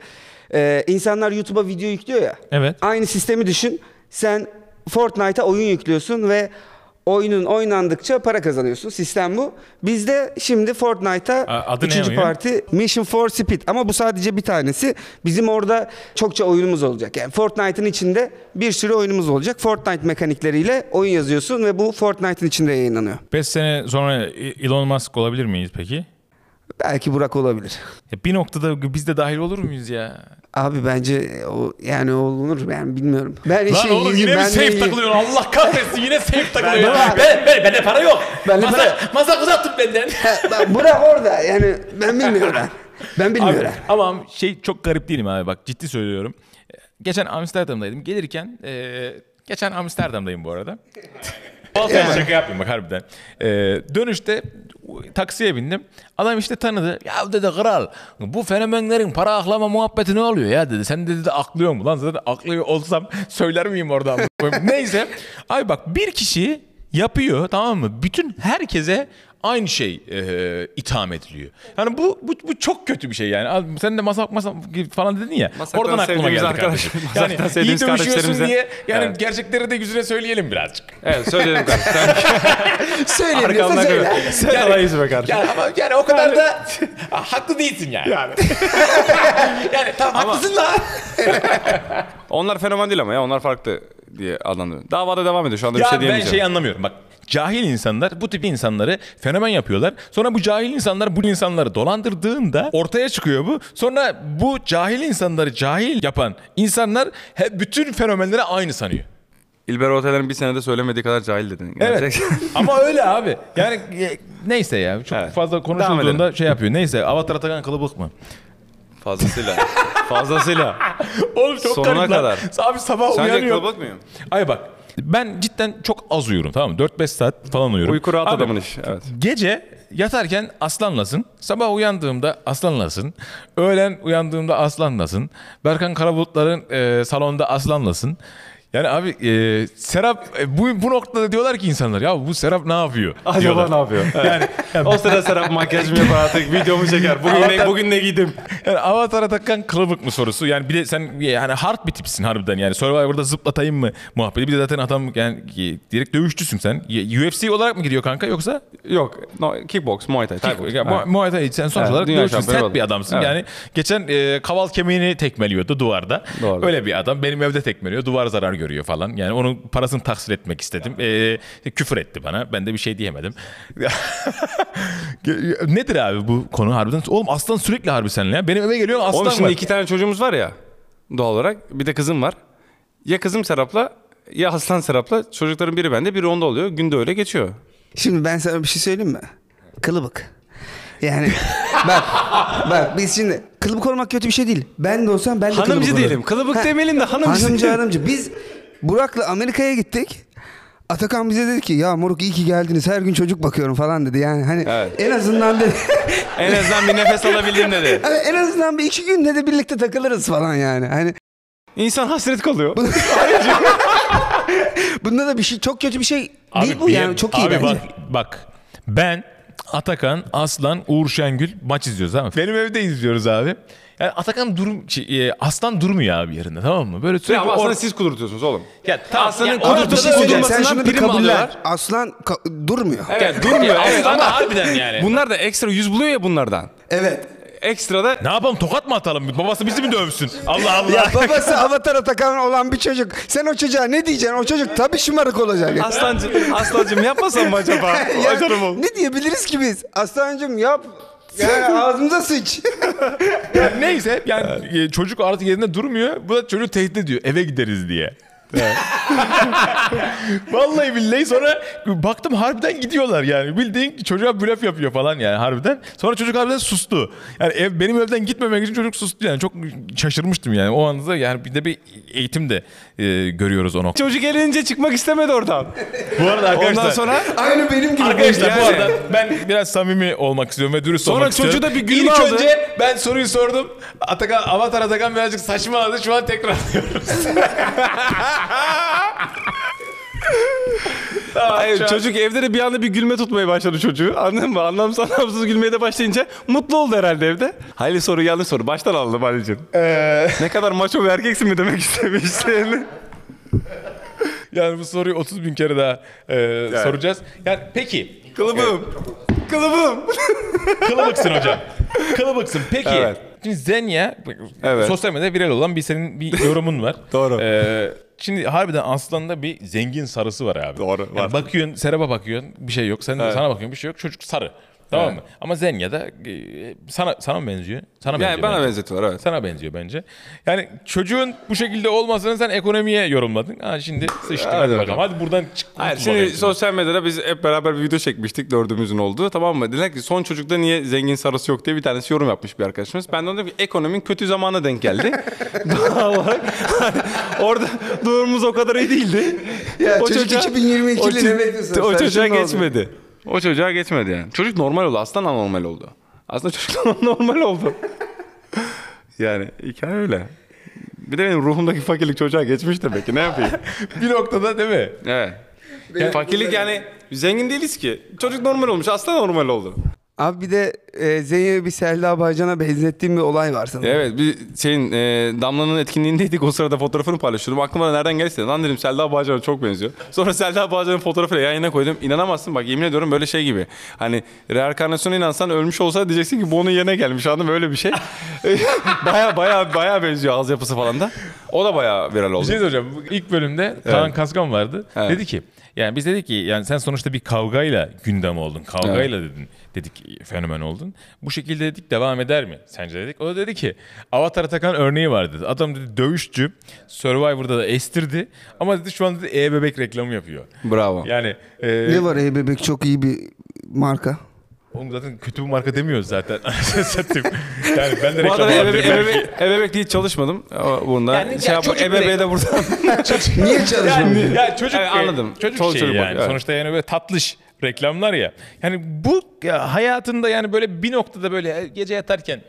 Ee, insanlar YouTube'a video yüklüyor ya.
Evet.
Aynı sistemi düşün. Sen Fortnite'a oyun yüklüyorsun ve oyunun oynandıkça para kazanıyorsun. Sistem bu. Biz de şimdi Fortnite'a
A- adı ne
üçüncü
oyun?
parti Mission for Speed ama bu sadece bir tanesi. Bizim orada çokça oyunumuz olacak. Yani Fortnite'ın içinde bir sürü oyunumuz olacak. Fortnite mekanikleriyle oyun yazıyorsun ve bu Fortnite'ın içinde yayınlanıyor.
5 sene sonra Elon Musk olabilir miyiz peki?
Belki Burak olabilir.
Ya bir noktada biz de dahil olur muyuz ya?
Abi bence o yani olunur yani bilmiyorum. Ben
Lan
işe
oğlum
iyiyim,
yine mi
E şey, ben de
safe
iyiyim.
takılıyorsun? Allah kahretsin yine safe takılıyor.
Ben-
Ben, ben, ben, bende para yok.
Bende
masa,
para-
masa uzattın benden.
Ha, bak Burak orada yani ben bilmiyorum. Ben
Abi,
bilmiyorum.
ama şey çok garip değilim abi bak ciddi söylüyorum. Geçen Amsterdam'daydım. Gelirken e, geçen Amsterdam'dayım bu arada. Baltaya
Yani.
şaka yapmayayım bak harbiden. E, dönüşte taksiye bindim. Adam işte tanıdı. Ya dedi kral bu fenomenlerin para aklama muhabbeti ne oluyor ya dedi. Sen dedi de aklıyor mu? Lan zaten aklıyor olsam söyler miyim oradan? Neyse. Abi bak bir kişi yapıyor tamam mı? Bütün herkese aynı şey e, itham ediliyor. Yani bu, bu bu çok kötü bir şey yani. Abi Sen de masak masak falan dedin ya.
Masaktan
oradan aklıma
sevdiğimiz
geldi
arkadaş-
kardeşim.
masaktan
Yani iyi
sevdiğimiz
dövüşüyorsun
kardeşlerimize-
diye yani
Evet.
gerçekleri de yüzüne söyleyelim birazcık.
Evet söyleyelim kardeşim. Sen
Söyleyemiyorsa
arkamdan
söyle.
gör. Sen alayız be kardeşim.
Yani ama yani o kadar da haklı değilsin yani. Yani, tamam haklısın da.
Onlar fenomen değil ama ya onlar farklı diye adlandırıyor. Davada devam ediyor şu anda bir
Ya
şey
ben
diyemeyeceğim.
şeyi anlamıyorum. Bak cahil insanlar bu tip insanları fenomen yapıyorlar. Sonra bu cahil insanlar bu insanları dolandırdığında ortaya çıkıyor bu. Sonra bu cahil insanları cahil yapan insanlar he- bütün fenomenleri aynı sanıyor.
İlber Ortaylı'nın bir senede söylemediği kadar cahil dedin.
şey- Evet. Ama öyle abi. Yani e, neyse ya. Çok
Evet.
fazla
Devam
konuşulduğunda şey yapıyor. Neyse avatar takan kılıbık mı?
Fazlasıyla. Fazlasıyla.
Oğlum çok
Sonuna
garip lan.
kadar.
Abi sabah
Sence
uyanıyorum.
kılıbık mıyım?
Ay bak ben cidden çok az uyuyorum tamam mı? 4-5 saat falan uyuyorum.
Uyku rahat
Abi,
adamın işi. Evet.
Gece yatarken aslanlasın. Sabah uyandığımda aslanlasın. Öğlen uyandığımda aslanlasın. Berkan Karabulutların e, salonda aslanlasın. Yani abi e, Serap e, bu, bu noktada diyorlar ki insanlar ya bu Serap ne yapıyor? diyorlar.
yapıyor? Yani, o sırada Serap makyaj mı yapar artık? Videomu çeker. Bugün ne, bugün ne giydim?
Yani avatara takan kılıbık mı sorusu. Yani bir de sen yani hard bir tipsin harbiden. Yani Survivor'da zıplatayım mı muhabbeti. Bir de zaten adam yani direkt dövüşçüsün sen. UFC olarak mı gidiyor kanka yoksa?
Yok. No, kickbox, muay thai.
Tabii.
kickbox.
Ya, Mu-
Evet.
Muay Thai sen sonuç
Evet,
olarak
dünya
dövüşçü,
şampiyonu
sert
oldu.
bir adamsın.
Evet.
Yani geçen e, kaval kemiğini tekmeliyordu duvarda.
Doğru.
Öyle bir adam. Benim evde tekmeliyor. Duvar zarar görüyor falan. Yani onun parasını tahsil etmek istedim. E, küfür etti bana. Ben de bir şey diyemedim. Nedir abi bu konu harbiden? Oğlum aslan sürekli harbi seninle ya. Benim eve geliyor aslan
Oğlum şimdi
var.
iki tane çocuğumuz var ya doğal olarak. Bir de kızım var. Ya kızım Serap'la ya Aslan Serap'la. Çocukların biri bende biri onda oluyor. Günde öyle geçiyor.
Şimdi ben sana bir şey söyleyeyim mi? Kılıbık. Yani bak bak biz şimdi kılıbık olmak kötü bir şey değil. Ben de olsam ben de
Hanımcı
kılıbık
değilim.
olurum.
Kılıbık
Ha,
demeyelim de hanımcı
Hanımcı
değilim.
hanımcı. Biz Burak'la Amerika'ya gittik. Atakan bize dedi ki ya moruk iyi ki geldiniz her gün çocuk bakıyorum falan dedi. Yani hani
Evet.
en azından dedi.
En azından bir nefes alabildim dedi.
hani en azından bir iki günde de birlikte takılırız falan yani. Hani
İnsan hasret kalıyor.
bunda da bir şey çok kötü bir şey değil bu
bir-
yani çok iyi
abi
bence.
Bak, bak ben Atakan, Aslan, Uğur Şengül maç izliyoruz tamam mı? Benim evde izliyoruz abi. Yani Atakan durum, şey, e, Aslan durmuyor abi yerinde tamam mı? Böyle sürekli
Ya ama aslında
or-
siz kudurtuyorsunuz oğlum.
Ya tamam,
Aslanın
ya
kudurtup
ortada
Bir şey
da
söyleyeceğim. Sen
ödemesinden
şunu bir
prim
kabullen.
alıyorlar.
Aslan ka- durmuyor.
Evet, durmuyor.
Ya
Evet,
Aslan da
ama
harbiden yani.
bunlar da ekstra yüz buluyor ya bunlardan.
Evet.
Ekstra da
Ne yapalım tokat mı atalım? Babası bizi mi dövsün? Allah Allah.
Ya babası avatar Atakan olan bir çocuk. Sen o çocuğa ne diyeceksin? O çocuk tabii şımarık olacak. Ya.
Aslancım, Aslancım yapmasam mı acaba?
Ya
Atarım oğlum.
ne diyebiliriz ki biz? Aslancım yap. Yani ağzımıza sıç.
Yani neyse yani e, çocuk artık yerinde durmuyor. Bu da çocuğu tehdit ediyor. Eve gideriz diye. Vallahi billahi sonra baktım harbiden gidiyorlar yani. Bildiğin çocuğa blöf yapıyor falan yani harbiden. Sonra çocuk harbiden sustu. Yani ev, benim evden gitmemek için çocuk sustu yani. Çok şaşırmıştım yani o anda yani bir de bir eğitim de e, görüyoruz o nokta.
Çocuk elince çıkmak istemedi oradan.
Bu arada arkadaşlar.
Ondan sonra
Aynı benim gibi.
Arkadaşlar bu
Yani.
arada ben biraz samimi olmak istiyorum ve dürüst
Sonra
olmak istiyorum.
çocuğu da bir gülme
İlk
aldı.
önce ben soruyu sordum. Atakan, Avatar Atakan birazcık saçmaladı. Şu an tekrar alıyoruz.
Hayır, çocuk evde de bir anda bir gülme tutmaya başladı çocuğu. Anladın mı? Anlamsız anlamsız gülmeye de başlayınca mutlu oldu herhalde evde. Hayli soru yanlış soru. Baştan alalım Halil'cim. Ne kadar maço bir erkeksin mi demek istemiştin?
yani bu soruyu 30 bin kere daha e, soracağız. Yani peki
Kılıbım. Kılıbım.
kılıbıksın hocam. Kılıbıksın. Peki.
Evet.
Şimdi Zenya
Evet.
sosyal medyada viral olan bir senin bir yorumun var.
Doğru.
E, Şimdi harbiden aslında bir zengin sarısı var abi.
Doğru,
Yani
var.
bakıyorsun, Serap'a bakıyorsun bir şey yok. Sen, Sana bakıyorsun bir şey yok. Çocuk sarı. Tamam
Evet.
mı? Ama Zenya'da e, sana sana mı benziyor? Sana benziyor.
Yani bana
bence.
benzetiyorlar evet.
Sana benziyor bence. Yani çocuğun bu şekilde olmasını sen ekonomiye yorumladın. Ha şimdi sıçtık hadi,
Hadi
bakalım.
bakalım.
Hadi buradan çık.
Hayır
kurtul
şimdi
bakayım.
sosyal medyada biz hep beraber bir video çekmiştik dördümüzün olduğu tamam mı? Dediler ki son çocukta niye zengin sarısı yok diye bir tanesi yorum yapmış bir arkadaşımız. Ben de ona dedim ki ekonominin kötü zamanına denk geldi. Doğal olarak hani orada durumumuz o kadar iyi değildi.
Ya çocuk 2022'li
o ço-
ne bekliyorsun?
O
Sen
çocuğa
şimdi ne
geçmedi. O çocuğa geçmedi yani. Çocuk normal oldu. Aslında anormal oldu. Aslında çocuk normal oldu. yani hikaye öyle. Bir de benim ruhumdaki fakirlik çocuğa geçmiş demek ki ne yapayım?
bir noktada değil mi?
Evet. fakirlik yani zengin değiliz ki. Çocuk normal olmuş. Aslında normal oldu.
Abi bir de e, Zeynep'i bir Selda Bağcan'a benzettiğim bir olay var sanırım.
Evet bir şeyin e, Damla'nın etkinliğindeydik. O sırada fotoğrafını paylaşıyordum. Aklıma nereden gelirse. Lan dedim Selda Bağcan'a çok benziyor. Sonra Selda Bağcan'ın fotoğrafıyla yan yana koydum. İnanamazsın bak yemin ediyorum böyle şey gibi. Hani reenkarnasyona inansan ölmüş olsa diyeceksin ki bu onun yerine gelmiş anladın mı? Öyle bir şey. baya baya baya benziyor ağız yapısı falan da. O da baya viral oldu.
Bir şey soracağım. Bu İlk bölümde Kaan Kaskan vardı.
Evet.
Dedi ki yani biz dedik ki yani sen sonuçta bir kavgayla gündem oldun. Kavgayla dedin. Dedik fenomen oldun. Bu şekilde dedik devam eder mi? Sence dedik. O da dedi ki Avatar Atakan örneği var dedi. Adam dedi dövüşçü. Survivor'da da estirdi. Ama dedi şu an dedi e-bebek reklamı yapıyor.
Bravo.
Yani e,
Ne var ey bebek çok iyi bir marka.
oğlum zaten kötü bir marka demiyoruz zaten. Satayım. yani ben de
Bu
reklam
arada ebebe-
yaptırıyorum.
ebebe- ebebek diye hiç çalışmadım. O- Bunda
Yani
şey
ya
yap,
çocuk
ebebe de
birey.
buradan.
Niye çalışmıyorsun?
Yani, ya çocuk şey,
Evet, anladım.
Çocuk
Çoluk
şeyi
çocuk
yani.
bakıyor, evet.
Sonuçta yani böyle tatlış reklamlar ya. Yani bu ya hayatında yani böyle bir noktada böyle gece yatarken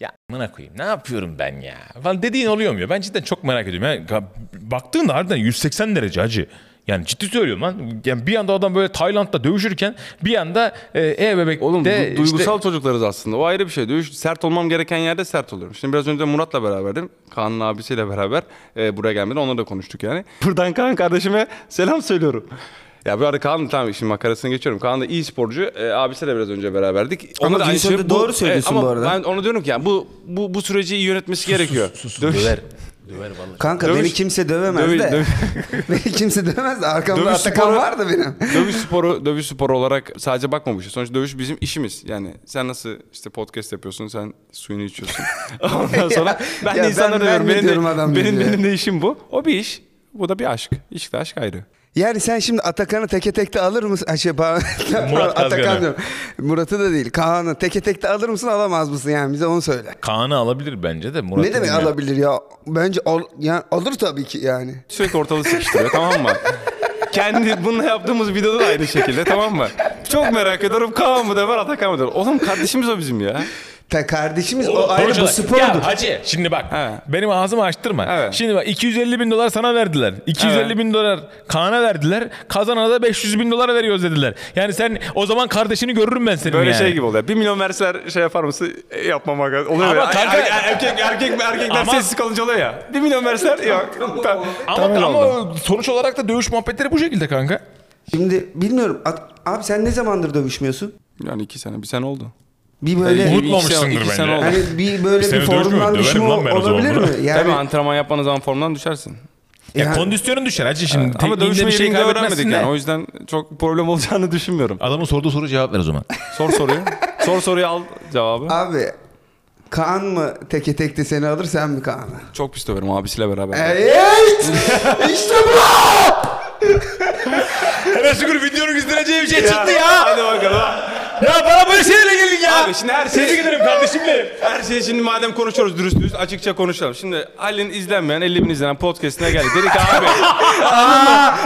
ya amına koyayım ne yapıyorum ben ya falan dediğin oluyor mu ya? Ben cidden çok merak ediyorum. Yani ka- baktığında harbiden 180 derece acı. Yani ciddi söylüyorum lan. Yani bir anda adam böyle Tayland'da dövüşürken bir anda e, e-bebekte
Oğlum du-
işte-
duygusal çocuklarız aslında. O ayrı bir şey. Dövüş, sert olmam gereken yerde sert oluyorum. Şimdi biraz önce Murat'la beraberdim. Kaan'ın abisiyle beraber e, buraya gelmeden onunla da konuştuk yani. Buradan Kaan kardeşime selam söylüyorum. Ya bu arada Kaan tamam şimdi makarasını geçiyorum. Kaan da iyi sporcu. E, abisiyle biraz önce beraberdik.
Ama
Ona da aynı
Vincent'e
şey-
doğru
evet,
söylüyorsun
ama
bu arada.
Ben ona diyorum ki yani bu bu, bu süreci iyi yönetmesi gerekiyor. Dövüş-
Döver.
Kanka
Dövüş-
beni kimse dövemez
dövüş-
de.
dövüş-
beni kimse dövemez de arkamda
Dövüş
Atakan
sporu-
var da benim.
dövüş sporu dövüş sporu olarak sadece bakma bu işe. Sonuçta dövüş bizim işimiz. Yani sen nasıl işte podcast yapıyorsun, sen suyunu içiyorsun. Ondan sonra ben
ya
de
ben
insanlara diyorum. Benim,
vermiyorum
de,
adam
benim,
diyor.
benim de işim bu. O bir iş. Bu da bir aşk. İşk de aşk ayrı.
Yani sen şimdi Atakan'ı teke tekte alır mısın? Ay şey, pardon.
Murat Kazgan'ı.
Atakan diyorum. Murat'ı da değil. Kaan'ı teke tekte alır mısın alamaz mısın yani bize onu söyle.
Kaan'ı alabilir bence de. Murat
ne demek alabilir ya? Bence al, yani alır tabii ki yani.
Sürekli ortalığı sıkıştırıyor tamam mı? Kendi bununla yaptığımız videoda da aynı şekilde tamam mı? Çok merak ediyorum. Kaan mı der, Atakan mı der. Oğlum kardeşimiz o bizim ya.
Ta kardeşimiz o ayrı bu
Hocalar,
spordu.
Ya hacı şimdi bak
Evet.
benim ağzımı açtırma.
Evet.
Şimdi bak 250 bin dolar sana verdiler. 250
Evet.
bin dolar Kaan'a verdiler. Kazanana da 500 bin dolar veriyoruz dediler. Yani sen o zaman kardeşini görürüm ben senin
Böyle
yani.
şey gibi oluyor. Bir milyon verseler şey yapar mısın? E, Yapmam aga. Oluyor
Ama
ya.
kanka-
Er- er- erkek, erkek, erkekler
Ama-
sessiz kalınca oluyor ya. Bir milyon verseler yok. Ta-
Ama,
tahmin
ama
oldu.
sonuç olarak da dövüş muhabbetleri bu şekilde kanka.
Şimdi bilmiyorum. At- abi sen ne zamandır dövüşmüyorsun?
Yani iki sene, bir sene oldu.
Bir böyle
Unutma.
Unutmamışsındır
iki sene
bence.
oldu.
hani bir böyle
Seni
bir formdan
dövüşmüyorum,
düşme
döverim lan ben o zaman
olabilir
bunu.
mi? Yani,
Tabii antrenman yapmadığın zaman formdan düşersin.
Ya
yani-
kondisyonun düşer hacı şimdi.
Ama
Tekniğinde
dövüşme
bir şey
yerini de öğrenmedik
kaybetmezsin de.
yani. O yüzden çok problem olacağını düşünmüyorum.
Adamın sorduğu soru cevap ver o zaman.
Sor soruyu. Sor soruyu al cevabı.
Abi Kaan mı teke tekte seni alır sen mi Kaan'ı?
Çok pis döverim abisiyle beraber.
Evet! işte bu!
Hemen şükür videonun izleneceği bir şey çıktı ya.
Hadi bakalım.
Ya bana böyle şeylerle gelin ya.
Abi şimdi her şey-
Tebrik ederim kardeşim benim.
Her şeyi şimdi madem konuşuyoruz dürüst dürüst açıkça konuşalım. Şimdi Halil'in izlenmeyen 50 bin izlenen podcastine geldik. Dedik ki abi.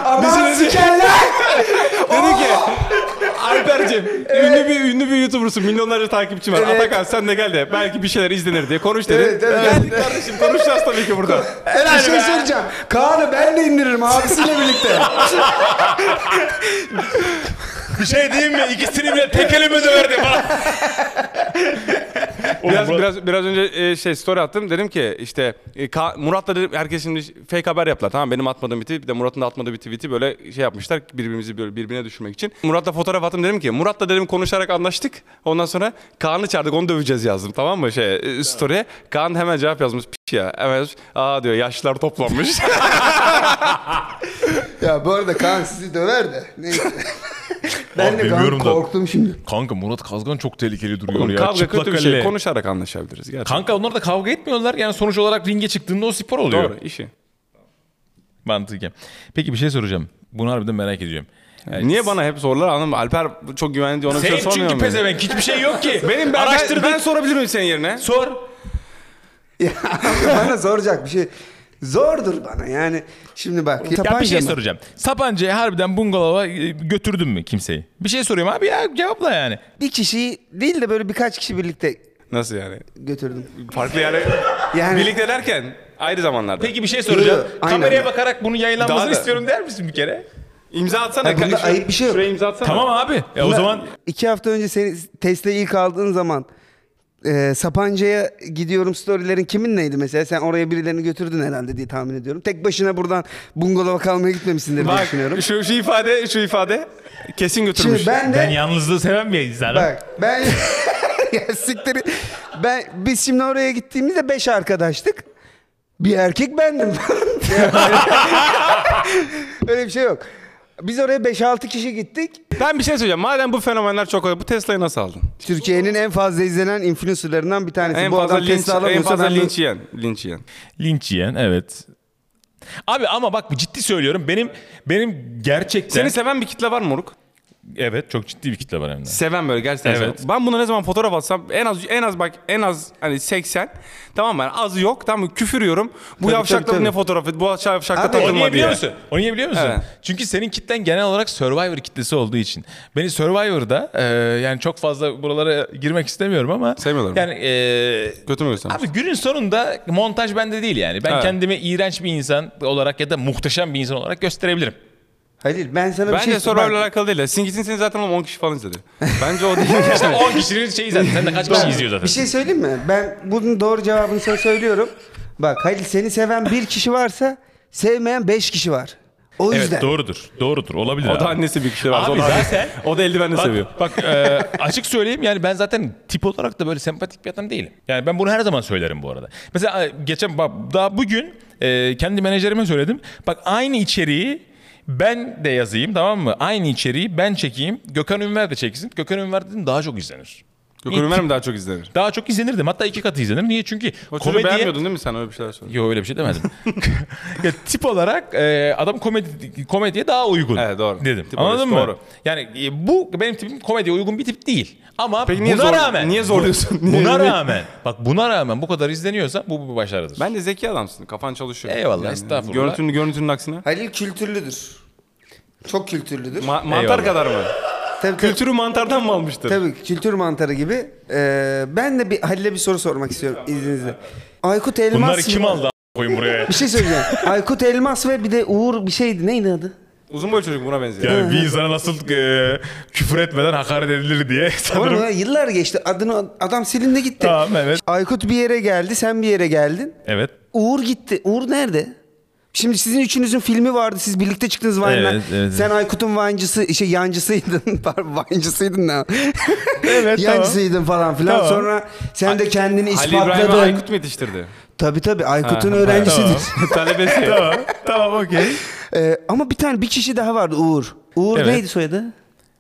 Aman sikerler!
Dedi ki Alper'cim ünlü bir ünlü bir YouTuber'sın. Milyonlarca takipçi var.
Evet.
Atakan sen de gel de belki bir şeyler izlenir diye konuş dedi.
Evet, evet,
Geldik
evet.
kardeşim konuşacağız tabii ki burada.
Bir şey söyleyeceğim. Kaan'ı ben de indiririm abisiyle birlikte.
Bir şey diyeyim mi? İkisini bile tek elime döverdim ha.
biraz biraz biraz önce e, şey story attım. Dedim ki işte e, Ka- Murat'la dedim herkes şimdi fake haber yaptılar. Tamam benim atmadığım bir tweet bir de Murat'ın da atmadığı bir tweet'i böyle şey yapmışlar. Birbirimizi böyle birbirine düşürmek için. Murat'la fotoğraf attım dedim ki Murat'la dedim konuşarak anlaştık. Ondan sonra Kaan'ı çağırdık onu döveceğiz yazdım tamam mı şey e, story'e. Kaan hemen cevap yazmış. Piş ya. Hemen yazmış, aa diyor yaşlılar toplanmış.
ya bu arada Kaan sizi döver de. Neyse. Ben de
demiyorum da.
korktum şimdi.
Kanka Murat Kazgan çok tehlikeli duruyor
Oğlum,
ya.
kavga
Çıplak
kötü bir şey.
elle.
Konuşarak anlaşabiliriz. Gerçekten.
Kanka onlar da kavga etmiyorlar. Yani sonuç olarak ringe çıktığında o spor oluyor.
Doğru işi.
Mantıken. Peki bir şey soracağım. Bunu harbiden merak ediyorum. Yani
Niye bana hep sorular anlamadım. Alper çok güvenli diyor. Ona bir
Sen
şey sormuyor
çünkü
muydu?
pezevenk. Hiçbir şey yok ki.
Benim ben,
Araştırdık.
ben, ben sorabilir miyim senin yerine?
Sor.
bana soracak bir şey. Zordur bana yani. Şimdi bak.
Ya bir şey
tabanca mı?
soracağım. Sapanca'ya harbiden bungalova e, götürdün mü kimseyi? Bir şey soruyorum abi ya cevapla yani.
Bir kişiyi değil de böyle birkaç kişi birlikte
Nasıl yani?
götürdüm.
Farklı yani.
Yani-
Birlikte derken ayrı zamanlarda.
Peki bir şey soracağım.
Yo, yo, aynen.
Kameraya bakarak bunu yayınlanmasını
Daha da-
istiyorum der misin bir kere?
İmza atsana.
Ha, bunda
Şuraya-
ayıp bir şey yok.
Şuraya imza atsana.
Tamam abi. E, o zaman
İki hafta önce seni Tesla ilk aldığın zaman e, Sapanca'ya gidiyorum storylerin kimin neydi mesela? Sen oraya birilerini götürdün herhalde diye tahmin ediyorum. Tek başına buradan bungalova kalmaya gitmemişsindir diye
Bak
düşünüyorum.
şu, şu ifade şu ifade kesin götürmüş.
Şimdi ben de...
ben yalnızlığı seven bir insanım.
Bak ben ya siktir. Ben biz şimdi oraya gittiğimizde beş arkadaştık. Bir erkek bendim. Öyle bir şey yok. Biz oraya 5-6 kişi gittik.
Ben bir şey söyleyeceğim. Madem bu fenomenler çok oluyor. Bu Tesla'yı nasıl aldın?
Türkiye'nin en fazla izlenen influencerlarından bir tanesi.
En
Bu
fazla,
adam
linç,
Tesla
en
alamıyorsa
fazla
ben de-
linç yiyen. Linç yiyen.
Linç yiyen evet. Abi ama bak ciddi söylüyorum benim benim gerçekten
Seni seven bir kitle var mı Moruk?
evet çok ciddi bir kitle var hem de.
Seven böyle gerçekten
Evet.
seven. Ben buna ne zaman fotoğraf atsam en az en az bak en az hani 80 tamam mı? Yani az yok tamam mı? Küfür yiyorum. Bu
Tabii,
yavşakla
tabii,
bu ne
tabii.
fotoğrafı? Bu yavşakla
Abi, o
O
takılma
niye
diye.
biliyor musun? O niye biliyor musun?
Evet.
Çünkü senin kitlen genel olarak Survivor kitlesi olduğu için. Beni Survivor'da e, yani çok fazla buralara girmek istemiyorum ama.
Sevmiyorlar mı?
Yani e,
Kötü mü göstermiş?
Abi günün sonunda montaj bende değil yani. Ben
Evet.
kendimi iğrenç bir insan olarak ya da muhteşem bir insan olarak gösterebilirim.
Halil ben sana bir
Bence
şey
şey Survivor'la alakalı değil. ya. Sizin gitsin seni zaten oğlum 10 kişi falan izledi. Bence o değil.
İşte 10 kişinin şeyi zaten. Sen de kaç kişi izliyor zaten?
Bir şey söyleyeyim mi? Ben bunun doğru cevabını sana söylüyorum. Bak Halil seni seven bir kişi varsa sevmeyen beş kişi var. O
Evet
yüzden.
doğrudur. Doğrudur. Olabilir
o da
abi.
annesi bir kişi var.
Abi
o da,
zaten-
o da eldivenle
Bak,
seviyor.
Bak e, açık söyleyeyim yani ben zaten tip olarak da böyle sempatik bir adam değilim. Yani ben bunu her zaman söylerim bu arada. Mesela e, geçen bak daha bugün e, kendi menajerime söyledim. Bak aynı içeriği ben de yazayım tamam mı? Aynı içeriği ben çekeyim. Gökhan Ünver de çeksin. Gökhan Ünver'den daha çok izlenir.
Gökhan Ömer mi daha çok izlenir?
Daha çok izlenirdim. Hatta iki katı izlenir. Niye? Çünkü
O çocuğu
komediye...
beğenmiyordun değil mi sen öyle bir şeyler söyledin?
Yok öyle bir şey demedim. ya, tip olarak e, adam komedi komediye daha uygun.
Evet, doğru.
Dedim.
Tip
Anladın
olarak
mı?
doğru.
Yani e, bu benim tipim komediye uygun bir tip değil. Ama
Peki
buna
niye zor-
rağmen
niye zorluyorsun?
bu-
Niye-
buna rağmen bak buna rağmen bu kadar izleniyorsa bu, bu bir başarıdır.
Ben de zeki adamsın. Kafan çalışıyor.
Eyvallah, estağfurullah.
Görüntünün, görüntünün aksine.
Halil kültürlüdür. Çok kültürlüdür.
Ma- mantar
Eyvallah.
kadar mı?
tabii, tabii,
Kültürü mantardan mı almıştır?
tabii kültür mantarı gibi. Ee, ben de bir Halil'e bir soru sormak istiyorum izninizle. Aykut Elmas
Bunları
mı?
kim aldı a- koyun buraya?
Bir şey söyleyeceğim. Aykut Elmas ve bir de Uğur bir şeydi. Neydi adı?
Uzun boylu çocuk buna benziyor.
Yani bir insana nasıl e, küfür etmeden hakaret edilir diye
Oğlum
sanırım.
ya yıllar geçti. Adını adam silindi gitti.
Tamam evet.
Aykut bir yere geldi, sen bir yere geldin.
Evet.
Uğur gitti. Uğur nerede? Şimdi sizin üçünüzün filmi vardı. Siz birlikte çıktınız Vine'den.
Evet, evet,
Sen Aykut'un Vine'cısı, şey yancısıydın. Pardon, Vine'cısıydın ne?
Evet
yancısıydın falan filan.
Tamam.
Sonra sen de kendini
Ali İbrahim
ispatladın.
Aykut mu yetiştirdi?
Tabii tabii Aykut'un
Ha,
öğrencisidir.
tamam.
Talebesi.
tamam. Tamam okey.
Ee, ama bir tane bir kişi daha vardı Uğur. Uğur
Evet.
neydi soyadı?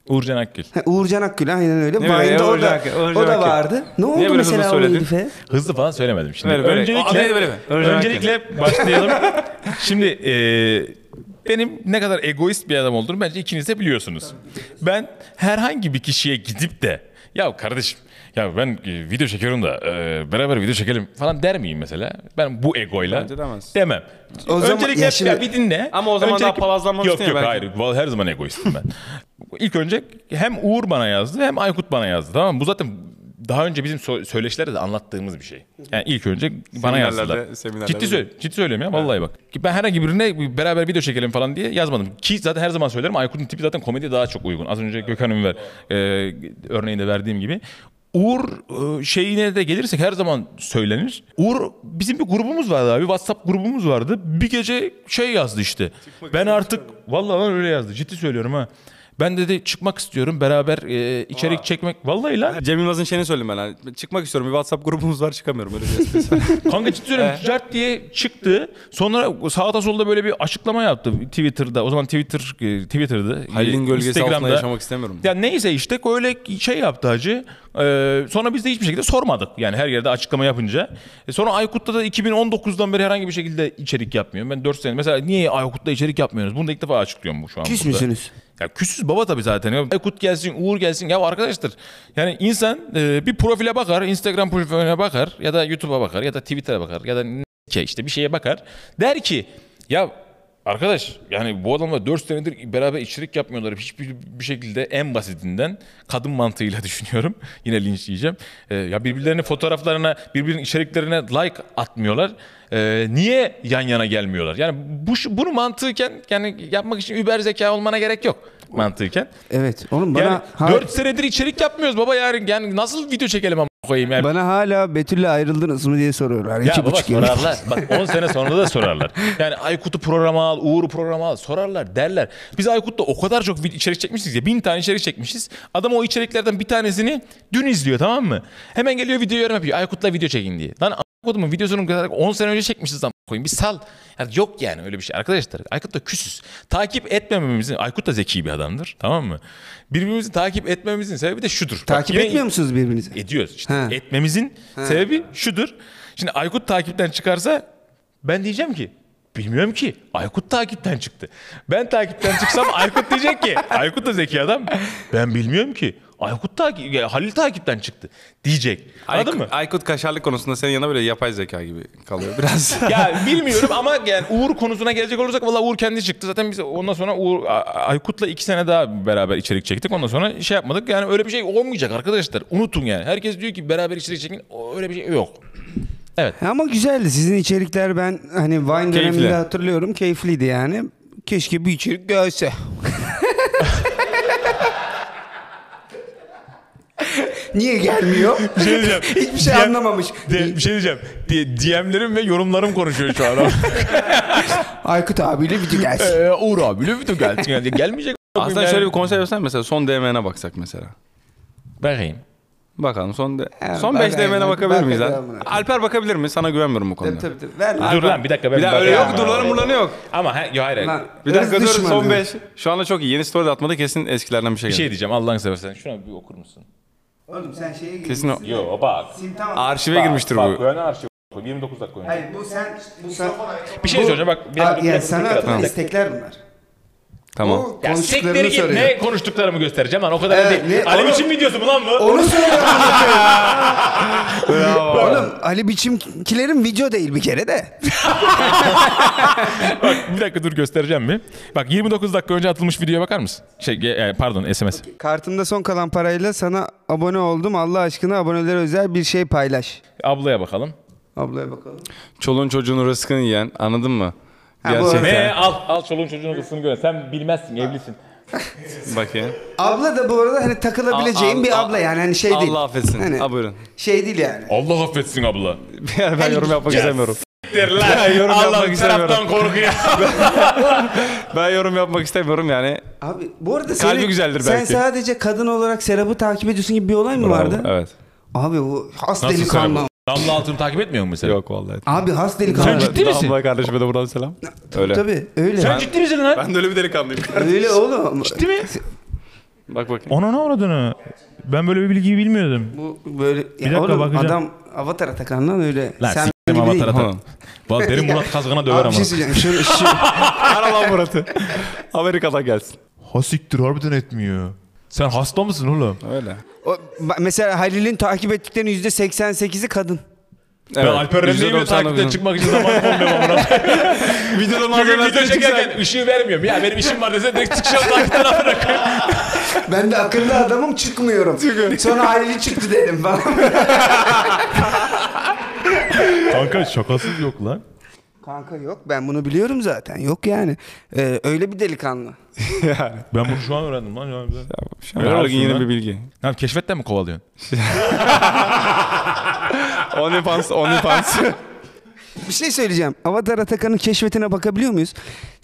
Uğurcan Akgül.
Ha, Uğurcan Akgül aynen öyle.
Ne böyle,
Vine'de o
Uğurcan
da,
Akgül,
o
Uğurcan
da
Akgül.
vardı. Ne
Niye
oldu
böyle hızlı
mesela o
söyledin?
Elif'e?
Hızlı falan söylemedim şimdi.
Böyle, böyle. Aa,
Öncelikle,
böyle, böyle. Böyle,
öncelikle başlayalım. şimdi e, benim ne kadar egoist bir adam olduğumu bence ikiniz de biliyorsunuz. Ben herhangi bir kişiye gidip de ya kardeşim ya ben e, video çekiyorum da e, beraber video çekelim falan der miyim mesela? Ben bu egoyla
Bence demezsin.
demem.
O zaman-
öncelikle
ya şimdi-
ya bir dinle.
Ama o zaman daha palazlanmamıştın
Yok
ya
yok
belki.
hayır. Vallahi her zaman egoistim ben. İlk önce hem Uğur bana yazdı hem Aykut bana yazdı tamam mı? Bu zaten daha önce bizim so- söyleşilerde de anlattığımız bir şey. Yani ilk önce bana
Seminerlerde,
yazdılar.
seminerlerde.
Ciddi, söyle, ciddi söylüyorum ya vallahi bak. Ki Ben herhangi birine beraber video çekelim falan diye yazmadım. Ki zaten her zaman söylerim Aykut'un tipi zaten komediye daha çok uygun. Az önce Gökhan Ünver e, örneğinde verdiğim gibi. Uğur e, şeyine de gelirsek her zaman söylenir. Uğur bizim bir grubumuz vardı abi. WhatsApp grubumuz vardı. Bir gece şey yazdı işte. ben artık vallahi lan öyle yazdı. Ciddi söylüyorum ha. Ben dedi çıkmak istiyorum beraber e, içerik çekmek. Vallahi lan.
Cem Yılmaz'ın şeyini söyleyeyim ben. hani. Ben Çıkmak istiyorum. Bir WhatsApp grubumuz var çıkamıyorum. Öyle bir esprisi.
Kanka ciddi söylüyorum cart diye çıktı. Sonra sağda solda böyle bir açıklama yaptı Twitter'da. O zaman Twitter e, Twitter'dı. E,
Halil'in gölgesi altında
Instagram'da.
yaşamak istemiyorum.
Ya neyse işte öyle şey yaptı hacı. Ee, sonra biz de hiçbir şekilde sormadık. Yani her yerde açıklama yapınca. E sonra Aykut'ta da 2019'dan beri herhangi bir şekilde içerik yapmıyorum. Ben 4 sene mesela niye Aykut'ta içerik yapmıyorsunuz? Bunu da ilk defa açıklıyorum bu şu an.
Küs
burada.
müsünüz?
Ya küsüz baba tabii zaten. Ya Aykut gelsin, Uğur gelsin. Ya arkadaştır. Yani insan e, bir profile bakar, Instagram profiline bakar ya da YouTube'a bakar ya da Twitter'a bakar ya da ne ki işte bir şeye bakar. Der ki ya arkadaş yani bu adamla 4 senedir beraber içerik yapmıyorlar. Hiçbir bir şekilde en basitinden kadın mantığıyla düşünüyorum. Yine linç yiyeceğim. E, ya birbirlerinin fotoğraflarına, birbirinin içeriklerine like atmıyorlar. E, niye yan yana gelmiyorlar? Yani bu şu- bunu mantıken yani yapmak için über zeka olmana gerek yok mantıken.
Evet. Oğlum bana
yani
ha-
4 senedir içerik yapmıyoruz baba yani, yani nasıl video çekelim ama koyayım yani.
bana hala Betül'le ayrıldınız mı diye soruyorlar.
Ya
İki
baba
buçuk yıl.
sorarlar. Bak 10 sene sonra da sorarlar. Yani Aykut'u programa al, Uğur'u programa al sorarlar derler. Biz Aykut'la o kadar çok vid- içerik çekmişiz ya. Bin tane içerik çekmişiz. Adam o içeriklerden bir tanesini dün izliyor tamam mı? Hemen geliyor video yorum yapıyor. Aykut'la video çekin diye. Lan Aykut'un videosunu kadar 10 sene önce çekmişiz lan koyun. Bir sal. Yani yok yani öyle bir şey. Arkadaşlar Aykut'la küsüz. Takip etmememizin, Aykut da zeki bir adamdır tamam mı? Birbirimizi takip etmememizin sebebi de şudur. Bak
Takip
yine-
etmiyor musunuz birbirinizi?
ediyoruz. İşte
Ha.
etmemizin sebebi şudur. Şimdi Aykut takipten çıkarsa ben diyeceğim ki bilmiyorum ki Aykut takipten çıktı. Ben takipten çıksam Aykut diyecek ki Aykut da zeki adam. Ben bilmiyorum ki Aykut takip ya Halil takipten çıktı diyecek. Anladın
Aykut-
mı?
Aykut kaşarlık konusunda senin yanına böyle yapay zeka gibi kalıyor biraz.
ya bilmiyorum ama yani Uğur konusuna gelecek olursak vallahi Uğur kendi çıktı. Zaten biz ondan sonra Uğur A- Aykut'la iki sene daha beraber içerik çektik. Ondan sonra şey yapmadık. Yani öyle bir şey olmayacak arkadaşlar. Unutun yani. Herkes diyor ki beraber içerik çekin. O- Öyle bir şey yok.
E, Ama güzeldi. Sizin içerikler ben hani Vine döneminde hatırlıyorum. Keyifliydi yani. Keşke bir içerik gelse. Niye gelmiyor?
şey diyeceğim.
Hiçbir şey
DM
anlamamış.
de- bir şey diyeceğim. D- DM'lerim ve yorumlarım konuşuyor şu an.
Aykut abiyle video gelsin.
ee, Uğur abi lütfen gelsin. Yani gelmeyecek.
Aslında şöyle bir konser versen mesela son DM'ne baksak mesela.
Bakayım.
Bakalım son de,
Evet,
son 5
bakayım.
DM'ne bakabilir miyiz
Bakacağım
lan?
buna.
Alper bakabilir mi? Sana güvenmiyorum bu konuda.
tabii tabii. tabii. Ver lan.
Dur lan bir dakika. ben
Bir daha öyle
bakayım.
yok durları murları yok.
Ama he, yo, hayır hayır.
Lan,
Bir dakika
ırz
dur
düşmanı.
son 5. Şu anda çok iyi. Yeni story de atmadı kesin eskilerden bir şey
Bir şey
geldi.
diyeceğim Allah'ını seversen. Şuna bir okur musun?
Oğlum sen şeye gir.
Kesin o.
Yo bak.
Simtam-
Arşive girmiştir
Bak
bu.
öyle arşiv. 29 dakika önce.
Hayır bu sen bu sen
Bir şey söyleyeceğim bak. Bir dakika,
Abi,
bir
yani
dakika,
sana
bir dakika, bir
atılan
dakika.
istekler bunlar.
Tamam.
O
Ya
konuştuklarını
siktir git
soruyor.
ne konuştuklarımı göstereceğim lan o kadar
Evet,
da değil.
ne-
Alev
onu-
için videosu mu lan bu?
Onu söylüyorum. Oğlum Ali biçimkilerin video değil bir kere de.
Bak bir dakika dur göstereceğim mi? Bak 29 dakika önce atılmış videoya bakar mısın? Şey e, pardon SMS.
Kartımda son kalan parayla sana abone oldum. Allah aşkına abonelere özel bir şey paylaş.
Ablaya bakalım.
Ablaya bakalım.
Çoluğun çocuğun rızkını yiyen anladın mı?
Ha, bu-
Gerçekten.
Ne al al çoluğun çocuğun odasını göre. Sen bilmezsin evlisin.
Bak ya.
Abla da bu arada hani takılabileceğin
Al-
bir
al-
abla yani hani şey değil.
Allah affetsin.
Hani-
Ha buyurun.
Şey değil yani.
Allah affetsin abla.
ben yorum yapmak istemiyorum.
Derler.
yorum yapmak
Allah
istemiyorum.
taraftan korkuyor.
Ben yorum yapmak istemiyorum yani.
Abi bu arada
Kalbi
senin-
güzeldir
sen
belki.
sadece kadın olarak Serap'ı takip ediyorsun gibi bir olay mı vardı?
Evet.
Abi bu has
Nasıl
delikanlı.
Serap? Damla Altın'ı takip etmiyor mu mesela?
Yok vallahi.
Abi has delikanlı.
Sen ciddi misin?
Damla kardeşime de buradan selam. Öyle.
Tabii öyle.
Sen ciddi misin lan?
Ben de öyle bir delikanlıyım.
Öyle oğlum.
Ciddi mi?
Bak bakayım.
Ona ne uğradığını. Ben böyle bir bilgiyi bilmiyordum.
Bu böyle ya
dakika,
oğlum
bakacağım.
adam avatar atakan lan öyle.
Lan
Sen
s**tim
gibi değil.
avatar atar. Vallahi Benim Murat Kazgan'a döver
Abi bir
ama.
şey söyleyeceğim. Şu, şu,
Ara lan Murat'ı. Amerika'dan gelsin.
Ha siktir harbiden etmiyor. Sen hasta mısın oğlum?
Öyle.
o, ba- mesela Halil'in takip ettiklerinin %88'i kadın.
Ben Alper Remzi'yi bile takipten çıkmak için zaman bulmuyorum ama.
Videoda
Bugün
malzemeden
video
çıkarken.
çekerken ışığı vermiyorum. Ya benim işim var dese direkt çıkışa takipten alırım.
Ben de akıllı adamım çıkmıyorum. Sonra Halil'i çıktı dedim falan.
Kanka şakasız yok lan.
Kanka yok ben bunu biliyorum zaten. Yok yani. Ee, öyle bir delikanlı.
Ben bunu şu an öğrendim lan. Ya.
Şu
Helal
an
olsun
yeni
lan.
bir bilgi.
Lan keşfetten mi kovalıyorsun?
OnlyFans, OnlyFans.
Bir şey söyleyeceğim. Avatar Atakan'ın keşfetine bakabiliyor muyuz?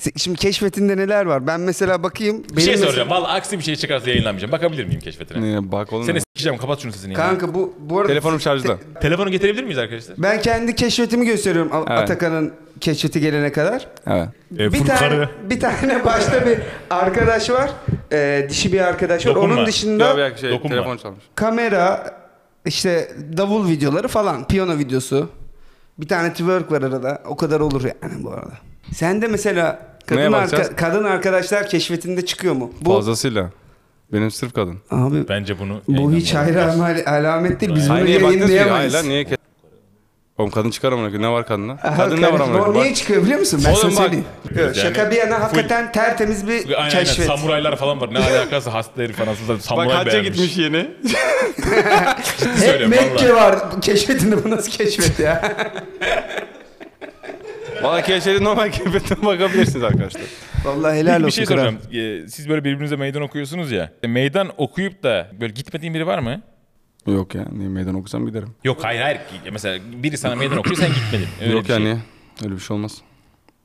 Se- Şimdi keşfetinde neler var? Ben mesela bakayım.
Bir şey
Benim
soracağım. Valla aksi bir şey çıkarsa yayınlanmayacağım. Bakabilir miyim keşfetine?
Ee, Bak oğlum.
Seni s**eceğim. Kapat şunu sesini. ya.
mesela- Kanka bu, bu arada...
Telefonum şarjda.
Telefonu getirebilir miyiz arkadaşlar?
Ben kendi keşfetimi gösteriyorum Av-
Evet.
Atakan'ın keşfeti gelene kadar.
Evet.
E,
bir
Furkan'ı-
tane bir tane başta bir arkadaş var. Ee, dişi bir arkadaş var.
Dokunma.
Onun
Ya
dışında
bir şey,
Dokunma.
telefon çalmış.
kamera işte davul videoları falan, piyano videosu. Bir tane twerk var arada. O kadar olur yani bu arada. Sen de mesela kadın,
Neye
arka-
bakacağız?
kadın arkadaşlar keşfetinde çıkıyor mu? Bu
Fazlasıyla. Benim sırf kadın.
abi
Bence bunu
bu hiç
yayınlamayalım.
hayra ama- alamet değil. Biz bunu
Hayır, niye baktınız ki? Hayır
yayınlayamayız.
lan niye? ke- Oğlum kadın çıkar amına koyayım. Ne var kadında?
Aha,
Kadın ne var amına
Bu
koyayım?
niye çıkıyor biliyor musun? Ben
Oğlum
sana
bak.
söyleyeyim. Yok,
Yani
şaka bir yana
full-
hakikaten tertemiz bir
Aynen
keşfet.
aynen samuraylar falan var. Ne alakası hasta herif anasını satayım.
Bak,
Samuray
bak hacca
beğenmiş.
gitmiş yeni.
Hep
Söylüyorum
Mekke
valla.
var. Bu Keşfetinde bu nasıl keşfet ya?
Valla keşfedin normal keşfetine bakabilirsiniz arkadaşlar.
Vallahi helal
Peki,
olsun.
bir şey
kral.
soracağım. Ee, Siz böyle birbirinize meydan okuyorsunuz ya. E, Meydan okuyup da böyle gitmediğin biri var mı?
Yok ya niye meydan okusam giderim.
Yok hayır hayır. Mesela biri sana meydan okuyor sen gitmedin. Öyle
Yok
bir şey.
yani öyle bir şey olmaz.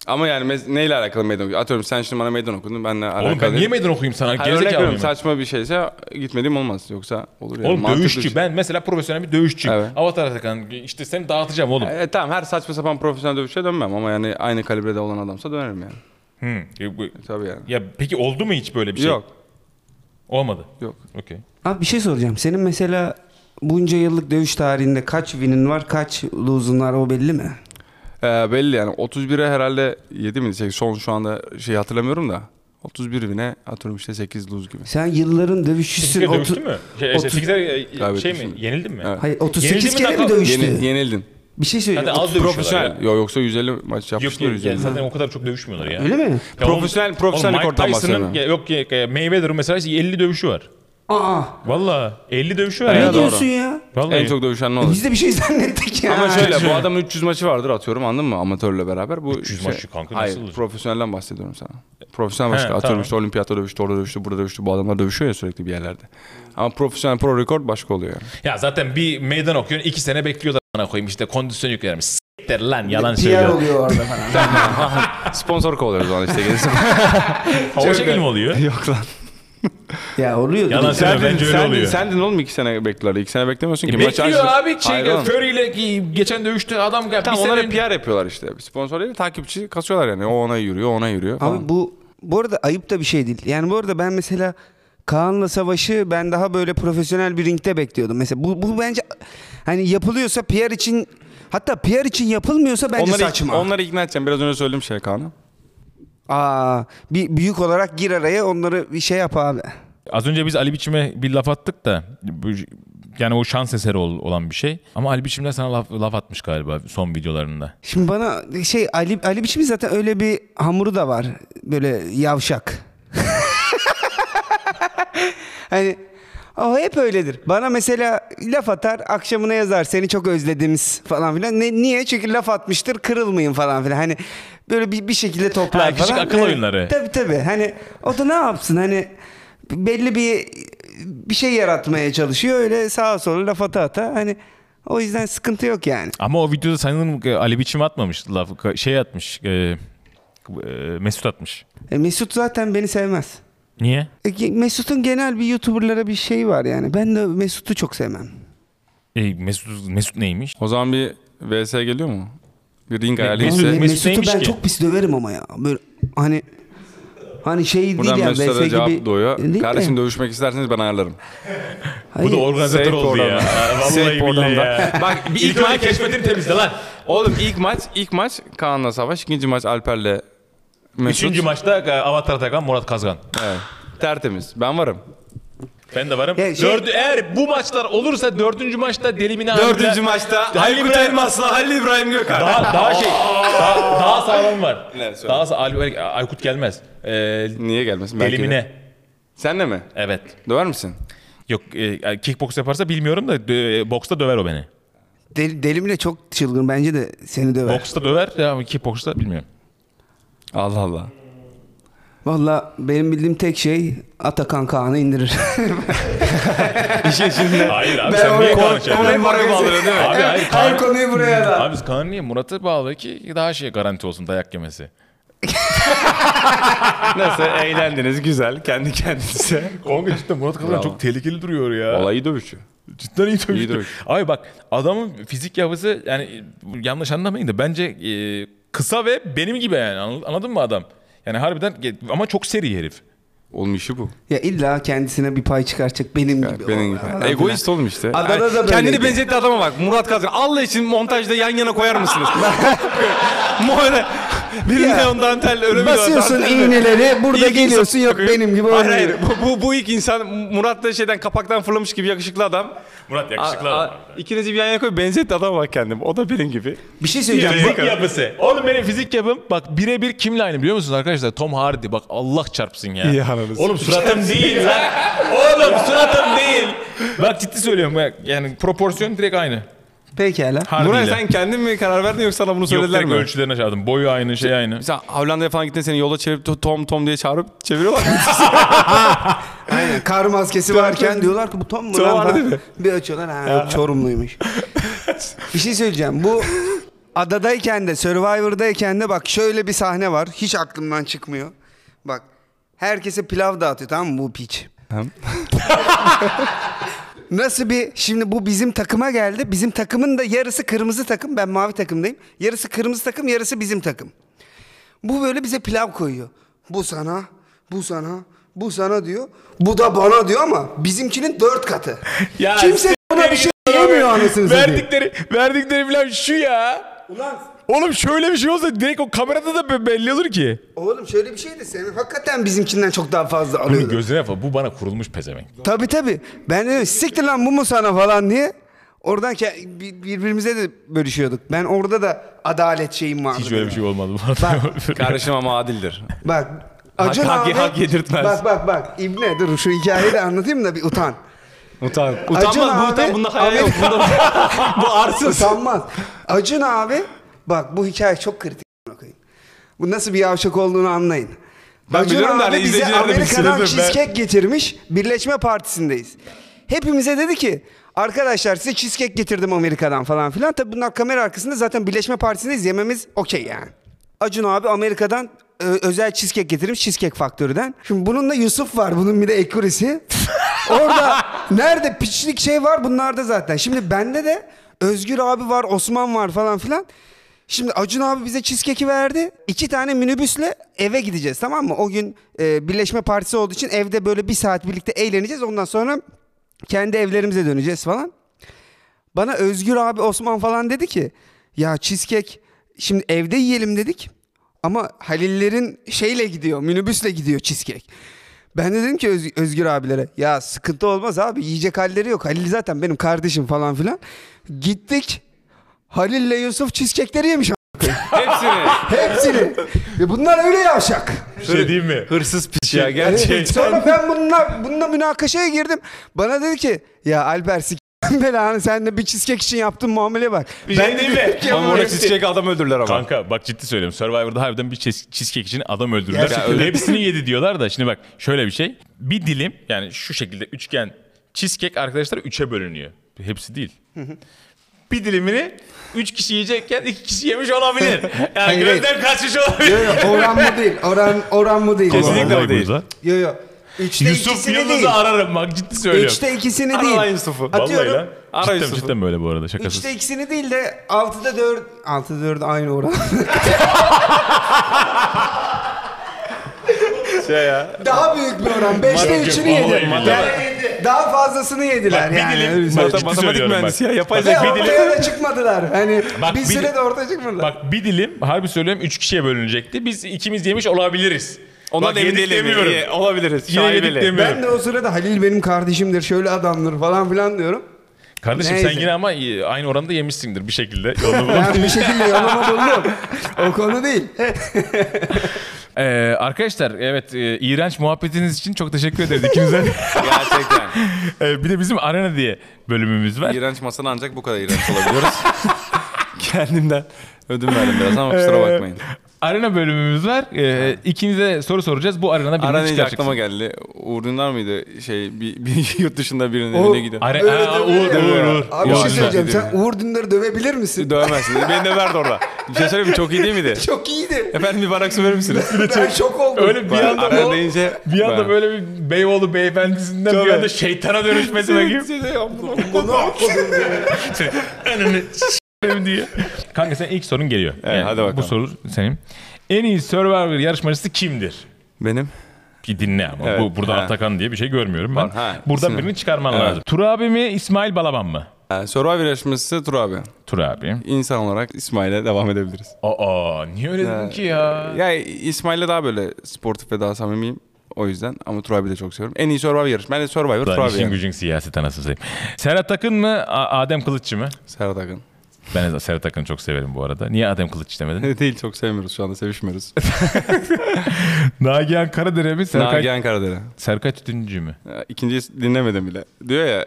Ama yani mez- neyle alakalı meydan okuyorsun? Atıyorum sen şimdi bana meydan okudun benle alakalı.
Oğlum ben niye meydan okuyayım sana?
Hayır, örnek
Gerizekalı
veriyorum,
mıyım? ben?
saçma bir şeyse gitmediğim olmaz. Yoksa olur yani.
Oğlum
Mantıklı bir
dövüşçü.
şey.
Ben mesela profesyonel bir dövüşçüyüm.
Evet.
Avatar Atakan işte seni dağıtacağım oğlum.
E, tamam her saçma sapan profesyonel dövüşçüye dönmem ama yani aynı kalibrede olan adamsa dönerim yani.
Hı. E, bu-
Tabii yani.
Ya peki oldu mu hiç böyle bir şey?
Yok
Olmadı.
yok.
Okey.
Abi bir şey soracağım. Senin mesela bunca yıllık dövüş tarihinde kaç winin var, kaç lose'un var o belli mi?
Ee, belli yani 31'e herhalde 7 miydi? Şey, son şu anda şey hatırlamıyorum da. 31 bine atıyorum işte 8 luz gibi.
Sen yılların dövüşçüsün.
Sekize
Otu-
dövüştün mü? Şey,
otuz-
şey, sekize, e,
Kaybettim
şey mi?
şimdi.
Yenildin mi?
Evet.
Hayır 38
Yenildi mi
kere mi
nakavt?
dövüştü?
Yeni, yenildin.
Bir şey
Zaten
söyleyeyim.
az dövüşüyorlar ya.
Profesyonel. Yok yoksa 150 maç
Yok
yapmışlar
yok. yani
150.
zaten o kadar çok dövüşmüyorlar ya.
Öyle mi?
Ya oğlum-
Profesyonel- profesyonel
oğlum Mike
rekordan
Tyson'ın-
bahsediyorum.
ya Yok ya, ya Mayweather'ın mesela 50 dövüşü var.
Aa.
Valla 50 dövüşü var
Ne
ya.
Ne
doğru.
diyorsun ya?
Vallahi.
En çok dövüşen ne olur?
Biz de bir şey zannettik ya.
Ama şöyle bu
Şöyle.
adamın 300 maçı vardır atıyorum anladın mı amatörle beraber. Bu
300
şey-
maçı kanka,
Hayır
nasıl olur?
profesyonelden bahsediyorum sana. Profesyonel başka
He,
atıyorum
tamam.
işte olimpiyata dövüştü orada dövüştü burada dövüştü bu adamlar dövüşüyor ya sürekli bir yerlerde. Ama profesyonel pro rekord başka oluyor yani.
Ya zaten bir meydan okuyorsun 2 sene bekliyorlar bana koyayım işte kondisyon yüklermiş. S**tir lan yalan
PR
söylüyor.
oluyor orada falan.
Sponsor kovalıyoruz o an işte gelirse.
Hava şekil mi oluyor?
Yok lan.
ya oluyor.
Yalan
direkt.
söylüyor bence öyle
sen,
oluyor. E,
Sendin oğlum iki sene beklerdi. İki sene beklemiyorsun ki. Maçı
Bekliyor
açtı-
abi şey
Hayır oğlum.
Curry ile ki- geçen dövüştü adam gel.
Tamam
bir sene
onlar hep
önce-
PR yapıyorlar işte. Sponsor değil takipçi kasıyorlar yani. O ona yürüyor, o ona yürüyor falan.
Abi bu bu arada ayıp da bir şey değil. Yani bu arada ben mesela Kaan'la savaşı ben daha böyle profesyonel bir ringde bekliyordum. Mesela bu, bu bence hani yapılıyorsa PR için hatta PR için yapılmıyorsa bence
onları,
saçma.
Onları ikna edeceğim. Biraz önce söylediğim şey Kaan'a.
Aa, bir büyük olarak gir araya onları bir şey yap abi.
Az önce biz Ali Biçim'e bir laf attık da bu- yani o şans eseri ol- olan bir şey. Ama Ali Biçim'den sana laf, laf atmış galiba son videolarında.
Şimdi bana şey Ali Ali biçimi zaten öyle bir hamuru da var. Böyle yavşak. hani o hep öyledir. Bana mesela laf atar, akşamına yazar seni çok özledimiz falan filan. Ne, niye? Çünkü laf atmıştır, kırılmayın falan filan. Hani böyle bir, bir şekilde toplar
Ha, küçük
falan.
akıl
Hani-
oyunları.
Tabii tabii. Hani o da ne yapsın? Hani belli bir bir şey yaratmaya çalışıyor. Öyle sağa sola laf ata ata. Hani o yüzden sıkıntı yok yani.
Ama o videoda sanırım e, Ali Biçim atmamış laf ka- şey atmış e, e, Mesut atmış.
E, Mesut zaten beni sevmez.
Niye?
E, Mesut'un genel bir YouTuber'lara bir şeyi var yani. Ben de Mesut'u çok sevmem.
E, Mesut, Mesut neymiş?
O zaman bir VS geliyor mu? Bir ring ayarlı
Mesut-
ise.
Mesut
Mesut'u
neymiş
ben
ki?
çok pis döverim ama ya. Böyle hani hani şey
Buradan
değil yani.
Mesut'a da
VS
cevap
gibi- E, Değil
doğuyor.
mi?
Kardeşim dövüşmek isterseniz ben ayarlarım.
Hayır.
Bu da organizatör
Safe
oldu ya.
oradan.
Vallahi
Safe oradan
billahi
da.
ya.
Bak, bir ilk
önce
maç-
keşfedin temizle lan.
Oğlum ilk maç, ilk maç Kaan'la Savaş, ikinci maç Alper'le Mesut.
Üçüncü maçta e, Avatar Atakan Murat Kazgan.
Evet. Tertemiz. Ben varım.
Ben de varım.
Ya şey-
Dördü, eğer bu maçlar olursa dördüncü maçta Delimine
Dördüncü maçta Aykut Elmas'la Halil İbrahim Gökhan.
Daha, daha şey daha, daha sağlam var.
Ne, söyle.
daha sağ, Ay- Aykut gelmez. Ee,
Niye gelmesin? Belki de.
Delimine.
Senle mi?
Evet.
Döver misin?
Yok e, kickbox yaparsa bilmiyorum da e, boksta döver o beni.
Del- Delimle çok çılgın bence de seni döver.
Boksta döver ya ama kickboxta bilmiyorum.
Allah Allah.
Valla benim bildiğim tek şey Atakan Kaan'ı indirir.
İşin içinde.
Hayır abi
Ben
sen niye
oraya-
Kaan'ı
oraya-
çağırdın?
Hep oraya bağlıyor değil mi?
Abi hayır Kaan.
Her konuyu buraya da.
Abi biz Kaan'ı niye Murat'ı bağlı ki daha şey garanti olsun dayak yemesi.
Nasıl eğlendiniz güzel kendi kendinize.
Kanka cidden Murat Kazan
çok
tehlikeli duruyor ya.
Olayı dövüşü.
Cidden iyi dövüştü.
İyi dövüştü.
Abi bak adamın fizik yapısı yani e, yanlış anlamayın da bence e, kısa ve benim gibi yani anladın- anladın mı adam? Yani harbiden ge- ama çok seri herif.
Oğlum işi bu.
Ya illa kendisine bir pay çıkaracak benim gibi.
Benim
o- falan filan.
gibi. Egoist oğlum işte.
Adada da böyle.
Kendini benzetti adama bak. Murat Kazan. Allah için montajda yan yana koyar mısınız? Böyle birinde
Ya,
ondan tel öyle bir
Basıyorsun
dantel mi?
iğneleri burada
İlk insan-
geliyorsun yok benim gibi
Hayır
olmuyor.
hayır. Bu, bu, bu ilk insan Murat da şeyden kapaktan fırlamış gibi yakışıklı adam.
Murat
A- a- İkinizi bir yan yana koy benzetti adama bak kendim. O da benim gibi.
Bir şey söyleyeceğim.
Fizik yapısı. Oğlum benim fizik yapım bak birebir kimle aynı biliyor musunuz arkadaşlar? Tom Hardy bak Allah çarpsın ya.
İyi analiz.
Oğlum suratım değil lan. Oğlum suratım değil. Bak ciddi söylüyorum bak yani proporsiyon direkt aynı.
Pekala.
Hardy
Murat
ile.
sen kendin mi karar verdin yoksa sana bunu
Yok
söylediler
direkt
mi?
ölçülerine çağırdım. Boyu aynı şey aynı.
Mesela Hollanda'ya falan gittin seni yola çevirip to- Tom Tom diye çağırıp çeviriyorlar.
Aynen. Kar maskesi varken diyorlar ki bu Tom mu
Tom
lan?
var
falan.
değil mi?
Bir açıyorlar ha Çorumluymuş. bir şey söyleyeceğim. Bu adadayken de Survivor'dayken de bak şöyle bir sahne var. Hiç aklımdan çıkmıyor. Bak herkese pilav dağıtıyor tamam mı bu piç? Nasıl bir şimdi bu bizim takıma geldi. Bizim takımın da yarısı kırmızı takım. Ben mavi takımdayım. Yarısı kırmızı takım, yarısı bizim takım. Bu böyle bize pilav koyuyor. Bu sana, bu sana, bu sana diyor. Bu da bana diyor ama bizimkinin dört katı.
Ya
Kimse buna bir şey diyemiyor anasını satayım.
verdikleri, verdikleri falan şu ya.
Ulan
Oğlum şöyle bir şey olsa direkt o kamerada da be- belli olur ki.
oğlum şöyle bir şey de senin hakikaten bizimkinden çok daha fazla
Bunu
alıyor.
gözüne falan. Bu bana kurulmuş pezevenk.
Tabii tabii. Ben dedim siktir lan bu mu sana falan diye. Oradan ke- bir- birbirimize de bölüşüyorduk. Ben orada da adalet şeyim vardı.
Hiç öyle bir şey olmadı bu arada. şey
Kardeşim ama adildir.
Bak Acun
hak-
abi.
hak yedirtmez.
Bak bak bak. İbne dur şu hikayeyi de anlatayım da bir utan.
Utan. Utanmaz
Acun
bu
abi-
utan. Bunda hayal yok.
Amerika-
Bunda, bu arsız.
Utanmaz. Acun abi bak bu hikaye çok kritik. amına koyayım. Bu nasıl bir yavşak olduğunu anlayın.
Ben
Acun
biliyorum da
abi
hani
bize
izleyiciler de bilsin.
Amerika'dan
Ben-
cheesecake getirmiş. Birleşme Partisi'ndeyiz. Hepimize dedi ki arkadaşlar size cheesecake getirdim Amerika'dan falan filan. Tabi bunlar kamera arkasında zaten Birleşme Partisi'ndeyiz yememiz okey yani. Acun abi Amerika'dan e, özel cheesecake getirmiş Cheesecake Faktörü'den. Şimdi bununla Yusuf var. Bunun bir de ekurisi. Orada nerede piçlik şey var bunlarda zaten. Şimdi bende de Özgür abi var, Osman var falan filan. Şimdi Acun abi bize cheesecake'i verdi. İki tane minibüsle eve gideceğiz tamam mı? O gün e, Birleşme Partisi olduğu için evde böyle bir saat birlikte eğleneceğiz. Ondan sonra kendi evlerimize döneceğiz falan. Bana Özgür abi Osman falan dedi ki ya cheesecake şimdi evde yiyelim dedik. Ama Halillerin şeyle gidiyor minibüsle gidiyor cheesecake. Ben de dedim ki Öz- Özgür abilere ya sıkıntı olmaz abi yiyecek halleri yok. Halil zaten benim kardeşim falan filan. Gittik Halil'le Yusuf cheesecake'leri yemiş. a-
Hepsini.
Hepsini. Ve bunlar öyle yavşak.
bir şey diyeyim mi?
Hırsız piç ya gerçekten.
Sonra ben bununla, bununla münakaşaya girdim. Bana dedi ki ya Alper s*** belanı sen de bir cheesecake için yaptığın muamele var.
Bir şey
de
diyeyim mi?
dedim ki,
Ama
"Ama
Murat çiçek adam öldürürler ama.
Kanka bak ciddi söylüyorum. Survivor'da harbiden bir cheese- cheesecake için adam öldürdüler.
Gerçekten öyle.
Hepsini yedi diyorlar da şimdi bak şöyle bir şey. Bir dilim yani şu şekilde üçgen cheesecake arkadaşlar üçe bölünüyor. Hepsi değil. bir dilimini üç kişi yiyecekken iki kişi yemiş olabilir. Yani
Hayır,
gözden kaçmış olabilir.
Yo, yo, oran mı değil? Oran, oran mı değil?
Kesinlikle
Olay
o değil.
burada.
Yo yo. Üçte
Yusuf
ikisini
Yıldız'ı
değil.
ararım bak ciddi söylüyorum.
Üçte ikisini
Aralayın
değil.
Yusuf'u. Vallahi
Vallahi
Atıyorum.
lan.
Ara
Cidden,
Yusuf'u.
cidden böyle bu arada şakasız.
Üçte ikisini değil de altıda dört... Altıda dört aynı oran.
Şey ya.
Daha büyük bir oran. Beşte
Matematik-
üçünü
Vallahi
yediler.
billahi.
Yani daha fazlasını yediler
bir
yani.
dilim-
öyle söyleyeyim.
ciddi
matematik
söylüyorum bak.
mühendisi ya. Yapay
Ve
zeka.
ortaya da çıkmadılar. Hani
Bak,
bir
bir-
süre de ortaya çıkmadılar.
Bak bir dilim harbi söylüyorum üç kişiye bölünecekti. Biz ikimiz yemiş olabiliriz.
Ona
Bak,
da emin
yedik
değilim. Ye- Olabiliriz.
Yine yedik
Şaibeli.
demiyorum.
ben de o sırada Halil benim kardeşimdir, şöyle adamdır falan filan diyorum.
Kardeşim sen
Neyse.
yine ama iyi- aynı oranda yemişsindir bir şekilde. Yolunu bul.
Ben bir şekilde yoluma buldum. O konu değil.
Ee, arkadaşlar evet e, iğrenç muhabbetiniz için çok teşekkür ederiz ikinize.
Gerçekten.
Ee, bir de bizim Arena diye bölümümüz var.
İğrenç masada Ee, ancak bu kadar iğrenç olabiliyoruz. Kendimden ödün verdim biraz ama kusura bakmayın.
arena bölümümüz var. Ee, ikinize soru soracağız. Bu arenadan birini
Aranınca
çıkaracaksın.
aklıma geldi. Uğurlunar mıydı şey bir, bir yurt dışında birinin
O-
evine gidiyor.
Are-
Öyle
Aa,
deme
Uğur,
ya.
Uğur, Uğur.
Abi bir
Uğur
Uğur.
şey söyleyeceğim.
Uğur.
Sen Uğur Dündar'ı dövebilir misin?
Dövemezsin. dedi. Beni döverdi orada. Bir şey söyleyeyim mi? Çok iyi değil miydi?
Çok iyiydi.
Efendim bir bardak su verir misiniz?
Ben şok oldum.
Öyle bir
Ben
anda
araya
o-
değince-
bir anda
Ben-
böyle bir Beyoğlu beyefendisinden bir anda şeytana dönüşmesi bakayım.
Bunu atladım.
Önünü s**eyim diye. Kanka sen ilk sorun geliyor.
hadi bakalım.
Bu soru senin. En iyi Survivor yarışmacısı kimdir?
Benim.
Bir dinle ama.
Evet,
Bu, burada
ha.
Atakan diye bir şey görmüyorum ben.
Var, ha,
Buradan
isim.
birini çıkarman lazım. Tur abi mi İsmail Balaban mı?
Ee, Survivor yarışması Tur abi.
Tur abi.
İnsan olarak İsmail'e devam edebiliriz.
Aa niye öyle dedin ki ya?
Ya İsmail'le daha böyle sportif ve daha samimiyim. O yüzden ama Tur abi de çok seviyorum. En iyi Survivor yarışması. Ben de Survivor Tur
Lan
abi
işin
yani.
gücün siyaset anasını satayım. Serhat Akın mı A- Adem Kılıççı mı?
Serhat Akın.
Ben de Serhat Akın'ı çok severim bu arada. Niye Adem Kılıççı demedin?
Değil çok sevmiyoruz şu anda sevişmiyoruz.
Nagihan Karadere mi? Serkay,
Nagihan Karadere.
Serkay Tütüncü mü?
Ya, İkinciyi dinlemedim bile. Diyor ya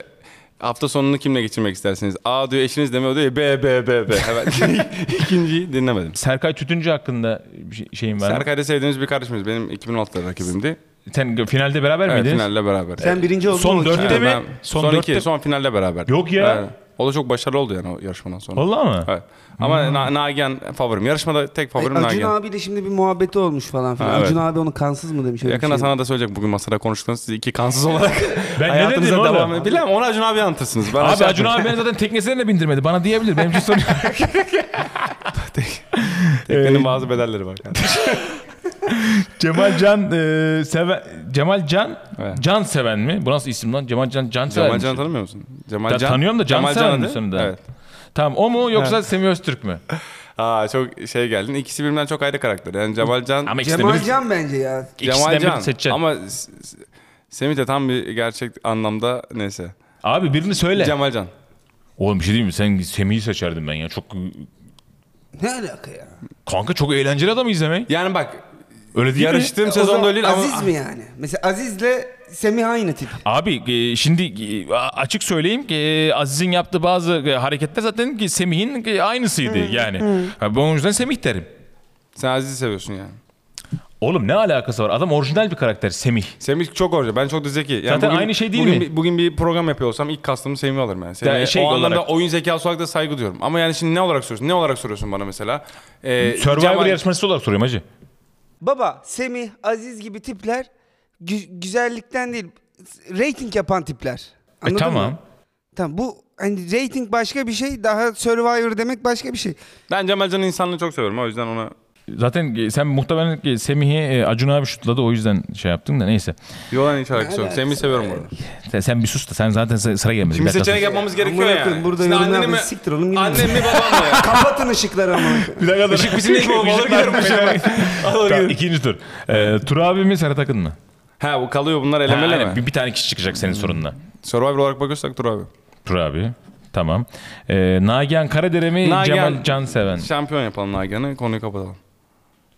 hafta sonunu kimle geçirmek istersiniz? A diyor eşiniz demiyor diyor ya B B B B. Hemen ikinciyi dinlemedim.
Serkay Tütüncü hakkında bir şey- şeyin var mı?
Serkay'da sevdiğimiz bir kardeşimiz. Benim 2006'da rakibimdi.
Sen finalde beraber
Evet,
miydiniz?
finalle beraber.
Sen birinci oldun.
Son
mu?
dörtte
Evet,
mi?
ben-
Son
son,
dörtte-
iki, son finalle beraber.
Yok ya.
Evet. O da çok başarılı oldu yani o yarışmadan sonra.
Valla mı?
Evet.
Hmm.
Ama Na- Nagihan favorim. Yarışmada tek
Ay,
favorim
Acun
Nagihan.
abiyle şimdi bir muhabbeti olmuş falan filan.
Ha, evet.
Acun abi onu kansız mı demiş? öyle bir
Yakında
şey.
sana da söyleyecek bugün masada konuştuğunuz siz iki kansız olarak
Ben ne
hayatınıza
dedim oğlum?
devam edin. Bilmem onu Acun abi anlatırsınız. Ben
Abi
şey
Acun abi beni zaten teknesine de bindirmedi. Bana diyebilir. Benim için sorun yok. Ee,
Teknenin bazı bedelleri var.
Cemal Can e, seven Cemal Can
Evet.
Can seven mi? Bu nasıl isim lan? Cemal Can Can seven.
Cemal
mi?
Can'ı tanımıyor musun? Cemal
Ya tanıyorum da Can seven mi
Can'dı.
sonunda?
Evet.
Tamam o mu yoksa Semih Öztürk mü?
Aa çok şey geldin. İkisi birbirinden çok ayrı karakter. Yani Cemal Can...
Ama ikisinden
Cemal
biri-
Can bence ya.
ikisinden birini seçeceksin.
Ama S- S- Semih de tam bir gerçek anlamda neyse.
Abi birini söyle.
Cemal Can.
Oğlum bir şey diyeyim mi? Sen Semih'i seçerdim ben ya. Çok
Ne alaka ya?
kanka çok eğlenceli adam izlemek.
Yani bak
Öyle değil mi?
yarıştığım
O zaman
sezonda öyle değil
Aziz
ama...
mi yani? Mesela Aziz'le Semih aynı tip.
Abi e, şimdi e, açık söyleyeyim ki e, Aziz'in yaptığı bazı e, hareketler zaten ki Semih'in e, aynısıydı yani. Ha, Ben o yüzden Semih derim.
Sen Aziz'i seviyorsun yani.
Oğlum ne alakası var? Adam orijinal bir karakter Semih.
Semih çok orada. Ben çok da zeki. Yani
Zaten aynı şey değil
bugün,
mi?
bir- Bugün bir program yapıyor olsam ilk kastımı Semih'i alırım yani. Semih'e
şey
o anlamda
olarak-
oyun zekası olarak da saygı duyuyorum. Ama yani şimdi ne olarak soruyorsun? Ne olarak soruyorsun bana mesela? Ee,
Survivor
Cemal-
yarışması olarak soruyorum hacı. E,
Baba, Semih, Aziz gibi tipler gü- güzellikten değil, rating yapan tipler.
E,
Anladın
tamam.
mı? Tamam bu hani rating başka bir şey, daha Survivor demek başka bir şey.
Ben Cemal Can'ın insanlığını çok seviyorum. O yüzden ona...
Zaten e, sen muhtemelen e, Semih'i e, Acun abi şutladı o yüzden şey yaptın da neyse.
Yolan hiç alakası yok.
alakası
Semih'i seviyorum orada.
Sen, sen bir sus da sen zaten sı- sıra gelmedi.
Şimdi
Bir dakika
seçenek
sus.
yapmamız
Amına
gerekiyor yani.
koyayım, Burada
Şimdi
yorumlar
anneni
annemi...
mi-
siktir oğlum gidin.
Annem mi babam mı ya?
Kapatın ışıkları ama.
Işık bizim değil mi?
Alır giderim bu işe. Alır
Tamam,
giderim.
ikinci tur. Ee, tur abi mi Serhat Akın mı?
Ha bu kalıyor bunlar
Ha,
elemeli
aynen,
mi?
bir, bir tane kişi çıkacak senin sorunla.
Survivor olarak bakıyorsak dur abi.
Tur abi. Tamam. Ee, Nagihan Karadere mi
Nagihan-
Cemal Canseven?
Şampiyon yapalım Nagihan'ı konuyu kapatalım.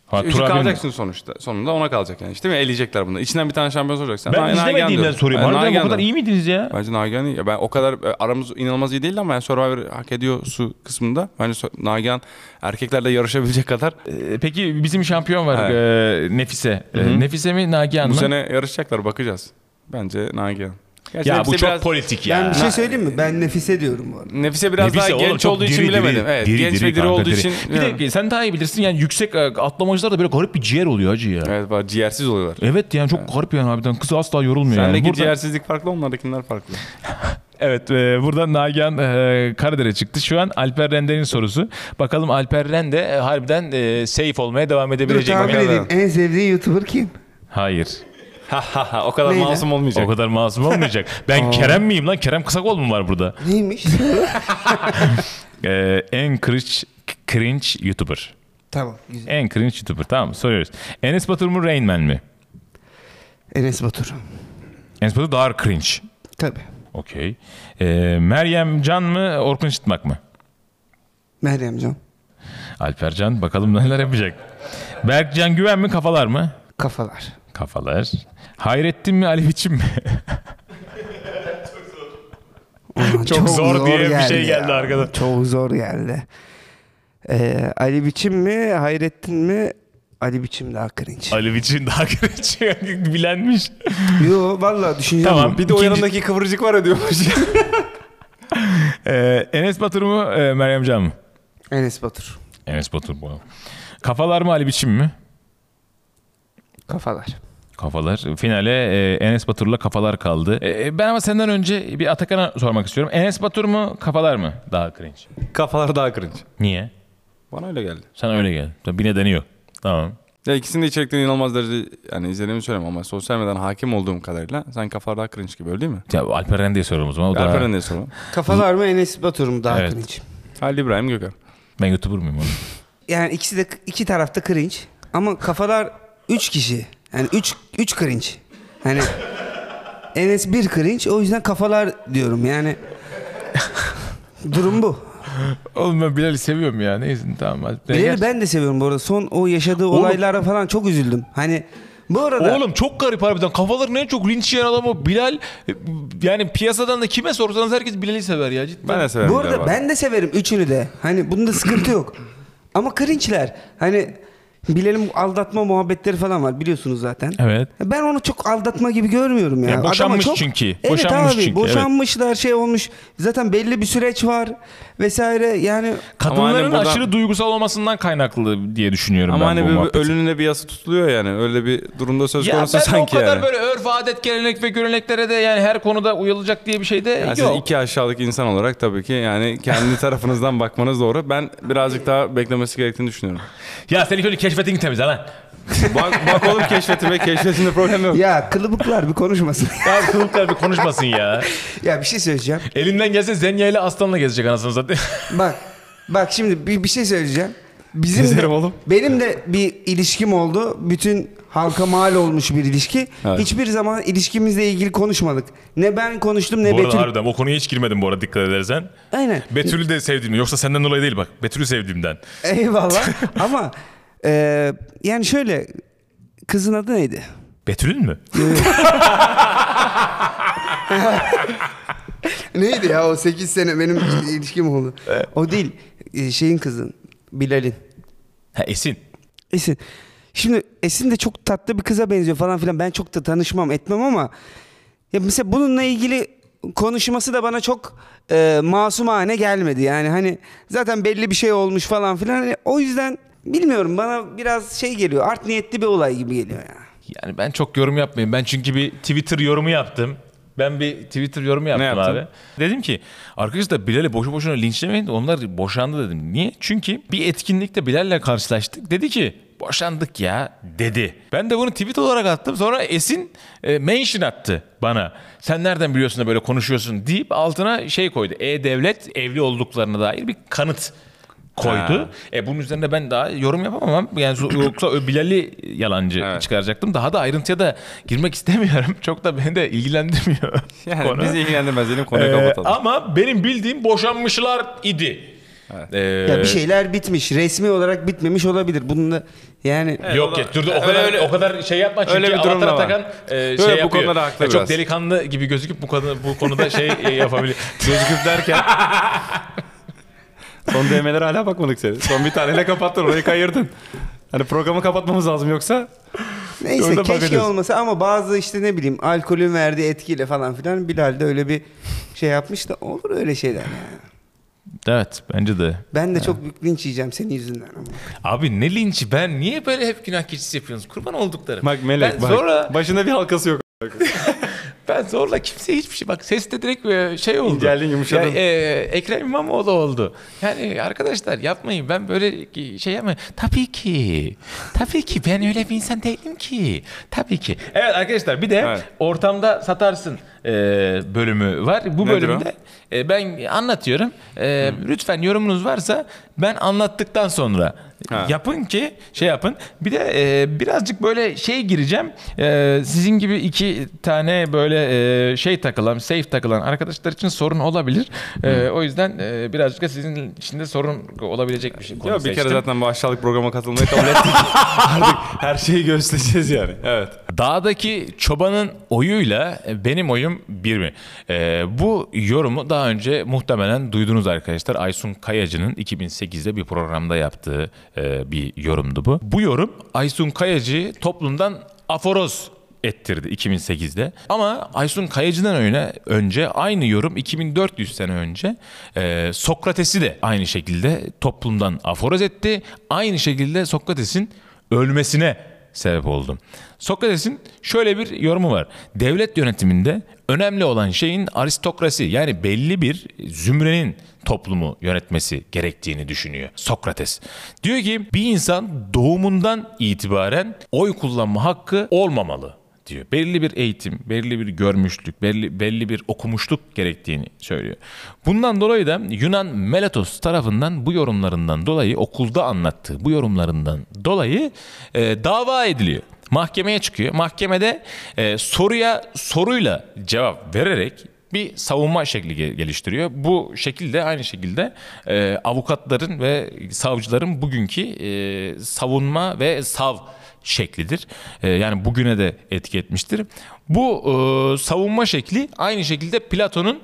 Ha,
Üçü
tur abi mi?
kalacaksın sonuçta. Sonunda ona kalacak yani. İşte mi eleyecekler bunu. İçinden bir tane şampiyon soracaksın.
Ben izlemediğimden sorayım. Harbiden bu kadar iyi miydiniz ya?
Bence Nagihan iyi. Ya Ben o kadar e, aramız inanılmaz iyi değil ama yani Survivor hak ediyor su kısmında. Bence so- Nagihan erkeklerle yarışabilecek kadar.
Ee, peki bizim şampiyon var
Evet.
ee, Nefise. Ee, Nefise mi Nagihan
Bu
mı?
sene yarışacaklar bakacağız. Bence Nagihan. Gerçi
Ya
hepsi
bu çok
biraz-
politik ya.
Ben bir şey söyleyeyim mi? Ben Nefise diyorum bu arada.
Nefise biraz
Nefise
daha
oğlum,
genç
çok
olduğu
diri
için
diri,
bilemedim. Evet,
diri
genç
diri
ve diri
kanka,
olduğu
diri.
için.
Bir de ki sen daha iyi bilirsin yani yüksek e, atlamacılarda böyle garip bir ciğer oluyor hacı ya. Evet,
Evet, var, ciğersiz oluyorlar.
yani çok garip yani harbiden. Kız asla yorulmuyor yani.
Sendeki
Buradan-
ciğersizlik farklı, onlardakiler farklı.
Evet e, buradan Nagihan e, Karadere çıktı. Şu an Alper Rende'nin sorusu. Bakalım Alper Rende e, harbiden e, safe olmaya devam
Dur
edebilecek
tahmin
mi?
edeyim. En sevdiği YouTuber kim?
Hayır.
o kadar
Neyle?
masum olmayacak.
O kadar masum olmayacak. Ben Kerem miyim lan? Kerem Kısakol mu var burada?
Neymiş?
E, en cringe, cringe YouTuber.
tamam güzel.
En cringe YouTuber tamam mı? Soruyoruz. Enes Batur mu Rain Man mi?
Enes Batur.
Enes Batur daha cringe.
Tabii.
Okey. Ee, Meryem Can mı Orkun Işıtmak mı?
Meryem Can.
Alper Can bakalım neler yapacak. Berkcan Güven mi kafalar mı?
Kafalar.
Kafalar. Hayrettin mi Ali Biçim mi?
Ulan
Çok zor diye bir şey geldi
ya.
arkadan.
Çok zor geldi. Ee, Ali Biçim mi, Hayrettin mi? Ali biçim daha cringe.
Ali Biçin daha cringe. Bilenmiş.
Yo vallahi düşüneceğim.
Tamam.
bunu.
Bir de o
İkinci-
yanındaki kıvırcık var ya diyormuş.
Ee, Enes Batur mu e, Meryem Can mı?
Enes Batur.
Enes Batur bu. Kafalar mı Ali Biçim mi?
Kafalar.
Kafalar. Finale e, Enes Batur'la kafalar kaldı. E, e, ben ama senden önce bir Atakan'a sormak istiyorum. Enes Batur mu kafalar mı? Daha cringe.
Kafalar daha cringe.
Niye?
Bana öyle geldi.
Sana öyle geldi. Tabii Bir nedeni yok. Tamam.
Ya ikisinin de içeriklerini inanılmaz derecede yani izlediğimi söyleyemem ama sosyal medyadan hakim olduğum kadarıyla sen kafalar daha cringe gibi öyle değil mi?
Ya Alper Rende'ye soralım o zaman. O da-
Alperen diye soralım.
Kafalar mı Enes Batur mu daha
Evet.
cringe?
Halil İbrahim Göker.
Ben YouTuber muyum oğlum?
Yani ikisi de iki tarafta cringe ama kafalar 3 kişi. Yani 3 3 cringe. Hani Enes bir cringe o yüzden kafalar diyorum yani. Durum bu.
oğlum ben Bilal'i seviyorum ya. Neyse tamam. hadi.
Bilal'i ben de seviyorum bu arada. Son o yaşadığı olaylara falan çok üzüldüm. Hani bu arada
Oğlum çok garip harbiden. Kafaların en çok linç yiyen adam o Bilal. E, Yani piyasadan da kime sorsanız herkes Bilal'i sever ya cidden.
Ben de severim.
bu
Bilal'i
arada
abi.
ben de severim üçünü de. Hani bunda sıkıntı yok. Ama cringe'ler hani Bilal'in aldatma muhabbetleri falan var biliyorsunuz zaten.
Evet.
Ben onu çok aldatma gibi görmüyorum ya.
Ya
Adama
boşanmış
çok...
çünkü.
Evet
Boşanmış
abi,
çünkü,
Boşanmışlar şey olmuş. Zaten belli bir süreç var vesaire. Yani
Kadınların
Ama hani buradan-
aşırı duygusal olmasından kaynaklı diye düşünüyorum
Ama
ben
hani
bu
bir- bir
muhabbeti.
ölününe bir yasa tutuluyor yani. Öyle bir durumda söz
Ya ben
konusu
o
sanki
kadar
yani.
böyle örf, adet, gelenek ve göreneklere de yani her konuda uyulacak diye bir şey de
Yani siz
yok.
iki aşağılık insan olarak tabii ki yani kendi tarafınızdan bakmanız doğru. Ben birazcık daha beklemesi gerektiğini düşünüyorum.
Ya senin şöyle keşfetin temiz lan.
Bak, bak oğlum keşfetime, keşfetinde problem yok.
ya kılıbıklar bir konuşmasın.
Ya kılıklar bir konuşmasın ya.
ya bir şey söyleyeceğim.
Elinden gelse Zenya ile Aslan'la gezecek anasını satayım.
Bak bak şimdi bir, bir şey söyleyeceğim. Bizim de,
Gezerim oğlum.
benim de bir ilişkim oldu. Bütün halka mal olmuş bir ilişki.
Evet.
Hiçbir zaman ilişkimizle ilgili konuşmadık. Ne ben konuştum ne
bu arada
Betül.
harbiden o konuya hiç girmedim bu arada dikkat edersen.
Aynen.
Betül'ü de sevdiğim yoksa senden dolayı değil bak. Betül'ü sevdiğimden.
Eyvallah. Ama e, yani şöyle kızın adı neydi?
Betül'ün mü?
Neydi ya o 8 sene benim ilişkim oldu. O değil. e, Şeyin kızın. Bilal'in.
Ha Esin.
Esin. Şimdi Esin de çok tatlı bir kıza benziyor falan filan. Ben çok da tanışmam etmem ama ya mesela bununla ilgili konuşması da bana çok e, masumane gelmedi. Yani hani zaten belli bir şey olmuş falan filan. Hani o yüzden bilmiyorum bana biraz şey geliyor. Art niyetli bir olay gibi geliyor ya.
Yani ben çok yorum yapmayayım. Ben çünkü bir Twitter yorumu yaptım. Ben bir Twitter yorumu yaptım
yaptın?
abi. Dedim ki arkadaşlar Bilal'i boşu boşuna linçlemeyin. Onlar boşandı dedim. Niye? Çünkü bir etkinlikte Bilal'le karşılaştık. Dedi ki boşandık ya dedi. Ben de bunu tweet olarak attım. Sonra Esin e, mention attı bana. Sen nereden biliyorsun da böyle konuşuyorsun deyip altına şey koydu. E-Devlet evli olduklarına dair bir kanıt koydu.
Ha.
E bunun üzerine ben daha yorum yapamam ama yani so- yoksa ö- Bilal'i yalancı
Evet.
çıkaracaktım. Daha da ayrıntıya da girmek istemiyorum. Çok da beni de ilgilendirmiyor.
Yani
konu.
bizi ilgilendirmez diyelim konuyu
Ee,
kapatalım.
ama benim bildiğim boşanmışlar idi. Ee,
Ya bir şey- şeyler bitmiş. Resmi olarak bitmemiş olabilir. Bununla yani
Yok
Evet,
ya dur dur, o
öyle-
kadar o kadar şey yapma çünkü
öyle bir durum da
avatar
var.
takan e, şey
bu
yapıyor.
konuda haklı
Ya Çok
biraz.
delikanlı gibi gözüküp bu konuda bu konuda şey e, yapabilir.
Gözüküp derken... Son DM'lere hala bakmadık seni. Son bir taneyle kapattın orayı kayırdın. Hani programı kapatmamız lazım yoksa
Neyse
Orada
keşke
bakacağız.
olmasa ama bazı işte ne bileyim alkolün verdiği etkiyle falan filan Bilal de öyle bir şey yapmış da olur öyle şeyler ya.
evet bence de.
Ben de çok büyük linç yiyeceğim senin yüzünden ama.
Abi ne linçi ben niye böyle hep günah keçisi yapıyorsunuz? Kurban olduklarım.
bak melek
ben
bak.
Sonra,
Başında bir halkası yok.
ben zorla kimseye hiçbir şey... Bak seste direkt e, şey oldu.
İnceldin, yumuşadın.
Yani, e, Ekrem İmamoğlu oldu. Yani arkadaşlar yapmayın ben böyle ki- şey yapmayın. Tabii ki. Tabii ki ben öyle bir insan değilim ki. Tabii ki. Evet arkadaşlar bir de
Evet.
ortamda satarsın e, bölümü var. Bu
Nedir
bölümde e, ben anlatıyorum. E, lütfen yorumunuz varsa ben anlattıktan sonra
Ha.
yapın ki şey yapın. Bir de e, birazcık böyle şey gireceğim. E, sizin gibi iki tane böyle e, şey takılan, safe takılan arkadaşlar için sorun olabilir. E, o yüzden e, birazcık da sizin içinde sorun olabilecek bir şey. konu
Ya bir kere
seçtim.
zaten bu aşağılık programa katılmayı kabul ettik. Artık her şeyi göstereceğiz yani. Evet.
Dağdaki çobanın oyuyla e, benim oyum bir mi? Ee, bu yorumu daha önce muhtemelen duydunuz arkadaşlar. Aysun Kayacı'nın 2008'de bir programda yaptığı e, bir yorumdu bu. Bu yorum Aysun Kayacı toplumdan aforoz ettirdi 2008'de. Ama Aysun Kayacı'dan öne önce aynı yorum 2400 sene önce e, Sokrates'i de aynı şekilde toplumdan aforoz etti. Aynı şekilde Sokrates'in ölmesine sebep oldum. Sokrates'in şöyle bir yorumu var. Devlet yönetiminde önemli olan şeyin aristokrasi yani belli bir zümrenin toplumu yönetmesi gerektiğini düşünüyor Sokrates. Diyor ki bir insan doğumundan itibaren oy kullanma hakkı olmamalı diyor. Belli bir eğitim, belli bir görmüşlük, belli belli bir okumuşluk gerektiğini söylüyor. Bundan dolayı da Yunan Meletos tarafından bu yorumlarından dolayı okulda anlattığı bu yorumlarından dolayı e, dava ediliyor. Mahkemeye çıkıyor. Mahkemede e, soruya soruyla cevap vererek bir savunma şekli ge- geliştiriyor. Bu şekilde aynı şekilde e, avukatların ve savcıların bugünkü e, savunma ve sav şeklidir. Ee, yani bugüne de etki etmiştir. Bu e, savunma şekli aynı şekilde Platon'un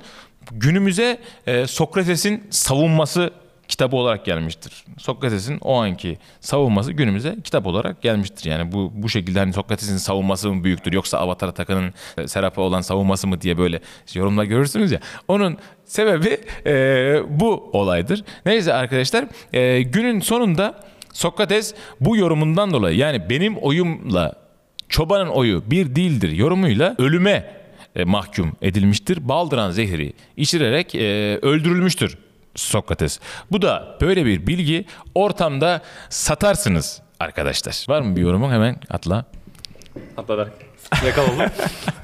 günümüze e, Sokrates'in savunması kitabı olarak gelmiştir. Sokrates'in o anki savunması günümüze kitap olarak gelmiştir. Yani bu bu şekilde hani Sokrates'in savunması mı büyüktür yoksa Avatar Atakan'ın e, Serap'a olan savunması mı diye böyle yorumlar görürsünüz ya. Onun sebebi e, bu olaydır. Neyse arkadaşlar e, günün sonunda Sokrates bu yorumundan dolayı yani benim oyumla çobanın oyu bir değildir yorumuyla ölüme e, mahkum edilmiştir. Baldıran zehri içirerek e, öldürülmüştür Sokrates. Bu da böyle bir bilgi ortamda satarsınız arkadaşlar. Var mı bir yorumun hemen atla.
Hatta Berk. Yakaladım.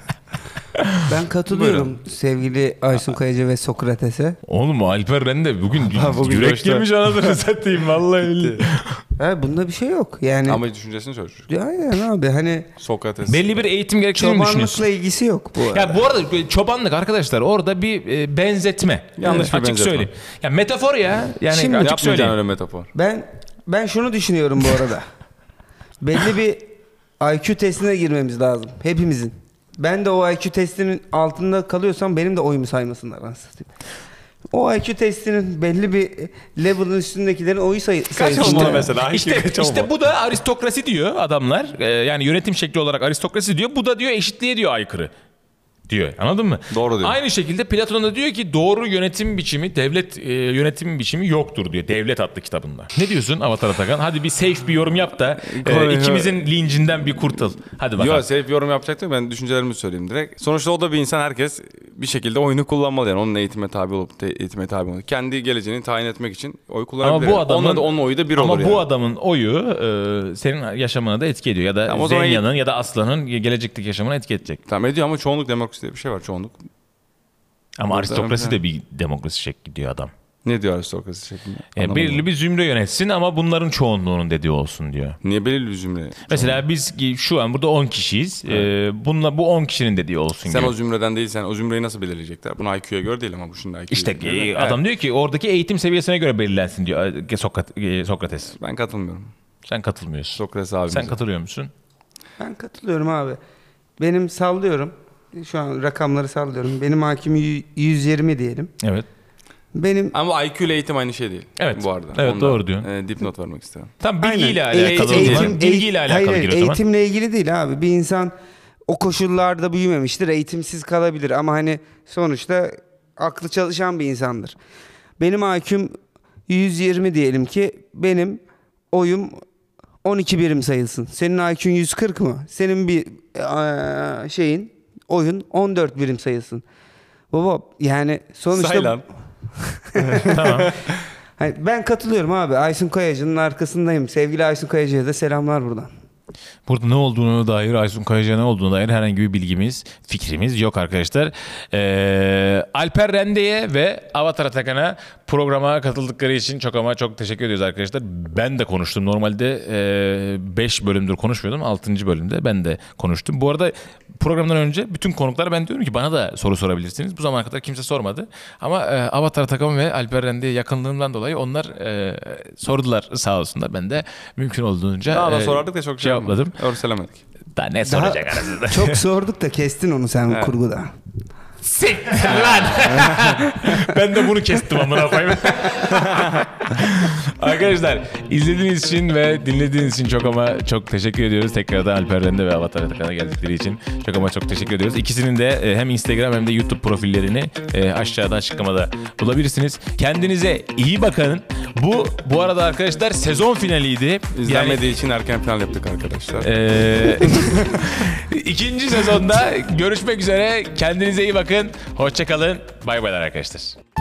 Ben katılıyorum sevgili Aysun Kayacı ve Sokrates'e.
Oğlum Alper Rende bugün,
bugün
yürek
coştu.
girmiş anasını satayım vallahi billahi.
Ha, bunda bir şey yok. Yani
Ama düşüncesini söyle çocuk.
aynen abi hani
Sokrates.
Belli bir eğitim gerektiğini mi düşünüyorsun.
çobanlıkla ilgisi yok bu. arada.
Ya bu arada çobanlık arkadaşlar orada bir e, benzetme.
Yanlış bir
açık
benzetme.
söyleyeyim. Ya metafor ya. Yani
Şimdi-
açık
Yapmayacaksın
söyleyeyim.
öyle metafor.
Ben ben şunu düşünüyorum bu arada. Belli bir IQ testine girmemiz lazım hepimizin. Ben de o IQ testinin altında kalıyorsam benim de oyumu saymasınlar anasını satayım. O IQ testinin belli bir level'ın üstündekilerin oyu sayı sayısında.
olmalı mesela?
İşte, işte bu da aristokrasi diyor adamlar. Ee, yani yönetim şekli olarak aristokrasi diyor. Bu da diyor eşitliğe diyor aykırı diyor. Anladın mı?
Doğru diyor.
Aynı şekilde Platon da diyor ki doğru yönetim biçimi, devlet e, yönetim biçimi yoktur diyor. Devlet adlı kitabında. Ne diyorsun Avatar Atakan? Hadi bir safe bir yorum yap da e,
Koy,
ikimizin lincinden bir kurtul. Hadi bakalım.
Yok sevip yorum yapacaktım ben düşüncelerimi söyleyeyim direkt. Sonuçta o da bir insan herkes bir şekilde oyunu kullanmalı yani onun eğitime tabi olup de- eğitime tabi olup kendi geleceğini tayin etmek için oy kullanabilir.
Ama bu adamın-
Onunla da onun oyu da bir
Ama
olur
bu
yani.
adamın oyu e, senin yaşamına da etki ediyor. Ya da
Tamam, o zaman-
Zenya'nın ya da Aslan'ın gelecekteki yaşamına etki edecek.
Tamam ediyor ama çoğunluk demokrasi diye bir şey var çoğunluk.
Ama aristokrasi
önemli.
de bir demokrasi şekli diyor adam.
Ne diyor aristokrasi şeklinde?
Yani
Anlamadım.
belirli bir zümre yönetsin ama bunların çoğunluğunun dediği olsun diyor.
Niye belirli bir zümre?
Mesela biz ki şu an burada 10 kişiyiz. Ee, bununla bu 10 kişinin dediği olsun
Sen
diyor.
o zümreden değilsen o zümreyi nasıl belirleyecekler? Bunu IQ'ya göre değil ama bu şimdi IQ'ya
İşte
göre.
e,
Evet.
adam diyor ki oradaki eğitim seviyesine göre belirlensin diyor e, Sokrat- e, Sokrates.
Ben katılmıyorum.
Sen katılmıyorsun.
Sokrates abimiz.
Sen katılıyor musun?
Ben katılıyorum abi. Benim sallıyorum. Şu an rakamları sallıyorum. Benim hakimi y- 120 diyelim.
Evet.
Benim
ama IQ ile eğitim aynı şey değil.
Evet.
Bu arada.
Evet,
Onu da,
doğru diyorsun. Ee,
E, dipnot vermek isterim.
Tam bilgiyle
Aynen.
alakalı
Eğitim-
o zaman.
eğitim-
Bilgiyle alakalı
hayır,
giriyor o zaman.
Eğitimle ilgili değil abi. Bir insan o koşullarda büyümemiştir. Eğitimsiz kalabilir ama hani sonuçta aklı çalışan bir insandır. Benim IQ'm 120 diyelim ki benim oyum 12 birim sayılsın. Senin IQ'un 140 mı? Senin bir eee, şeyin oyun 14 birim sayılsın. Baba yani sonuçta
Say lan.
Hani ben katılıyorum abi. Aysun Kayacı'nın arkasındayım. Sevgili Aysun Kayacı'ya da selamlar buradan.
Burada ne olduğunu dair, Aysun Kayacı'ya ne olduğunu dair herhangi bir bilgimiz, fikrimiz yok arkadaşlar. Ee, Alper Rende'ye ve Avatar Atakan'a programa katıldıkları için çok ama çok teşekkür ediyoruz arkadaşlar. Ben de konuştum. Normalde 5 bölümdür konuşmuyordum. 6. bölümde ben de konuştum. Bu arada programdan önce bütün konuklara ben diyorum ki bana da soru sorabilirsiniz. Bu zamana kadar kimse sormadı. Ama e, Avatar Atakan ve Alper Rende'ye yakınlığımdan dolayı onlar e, sordular sağ olsunlar. Ben de mümkün olduğunca
Daha da
e,
sorardık da çok şey
cevapladım.
yapmadık. Örselemedik.
Daha ne soracak arasında?
Çok sorduk da kestin onu sen kurguda.
Siktir lan. ben de bunu kestim amına koyayım. Arkadaşlar izlediğiniz için ve dinlediğiniz için çok ama çok teşekkür ediyoruz. Tekrardan Alper'lerinde ve Avatar Atakan'a geldikleri için çok ama çok teşekkür ediyoruz. İkisinin de e, hem Instagram hem de YouTube profillerini e, aşağıda açıklamada bulabilirsiniz. Kendinize iyi bakın. Bu bu arada arkadaşlar sezon finaliydi. Yani-
İzlenmediği için erken final yaptık arkadaşlar.
ee, e, ikinci sezonda görüşmek üzere. Kendinize iyi bakın. Hoşçakalın. Bay baylar arkadaşlar.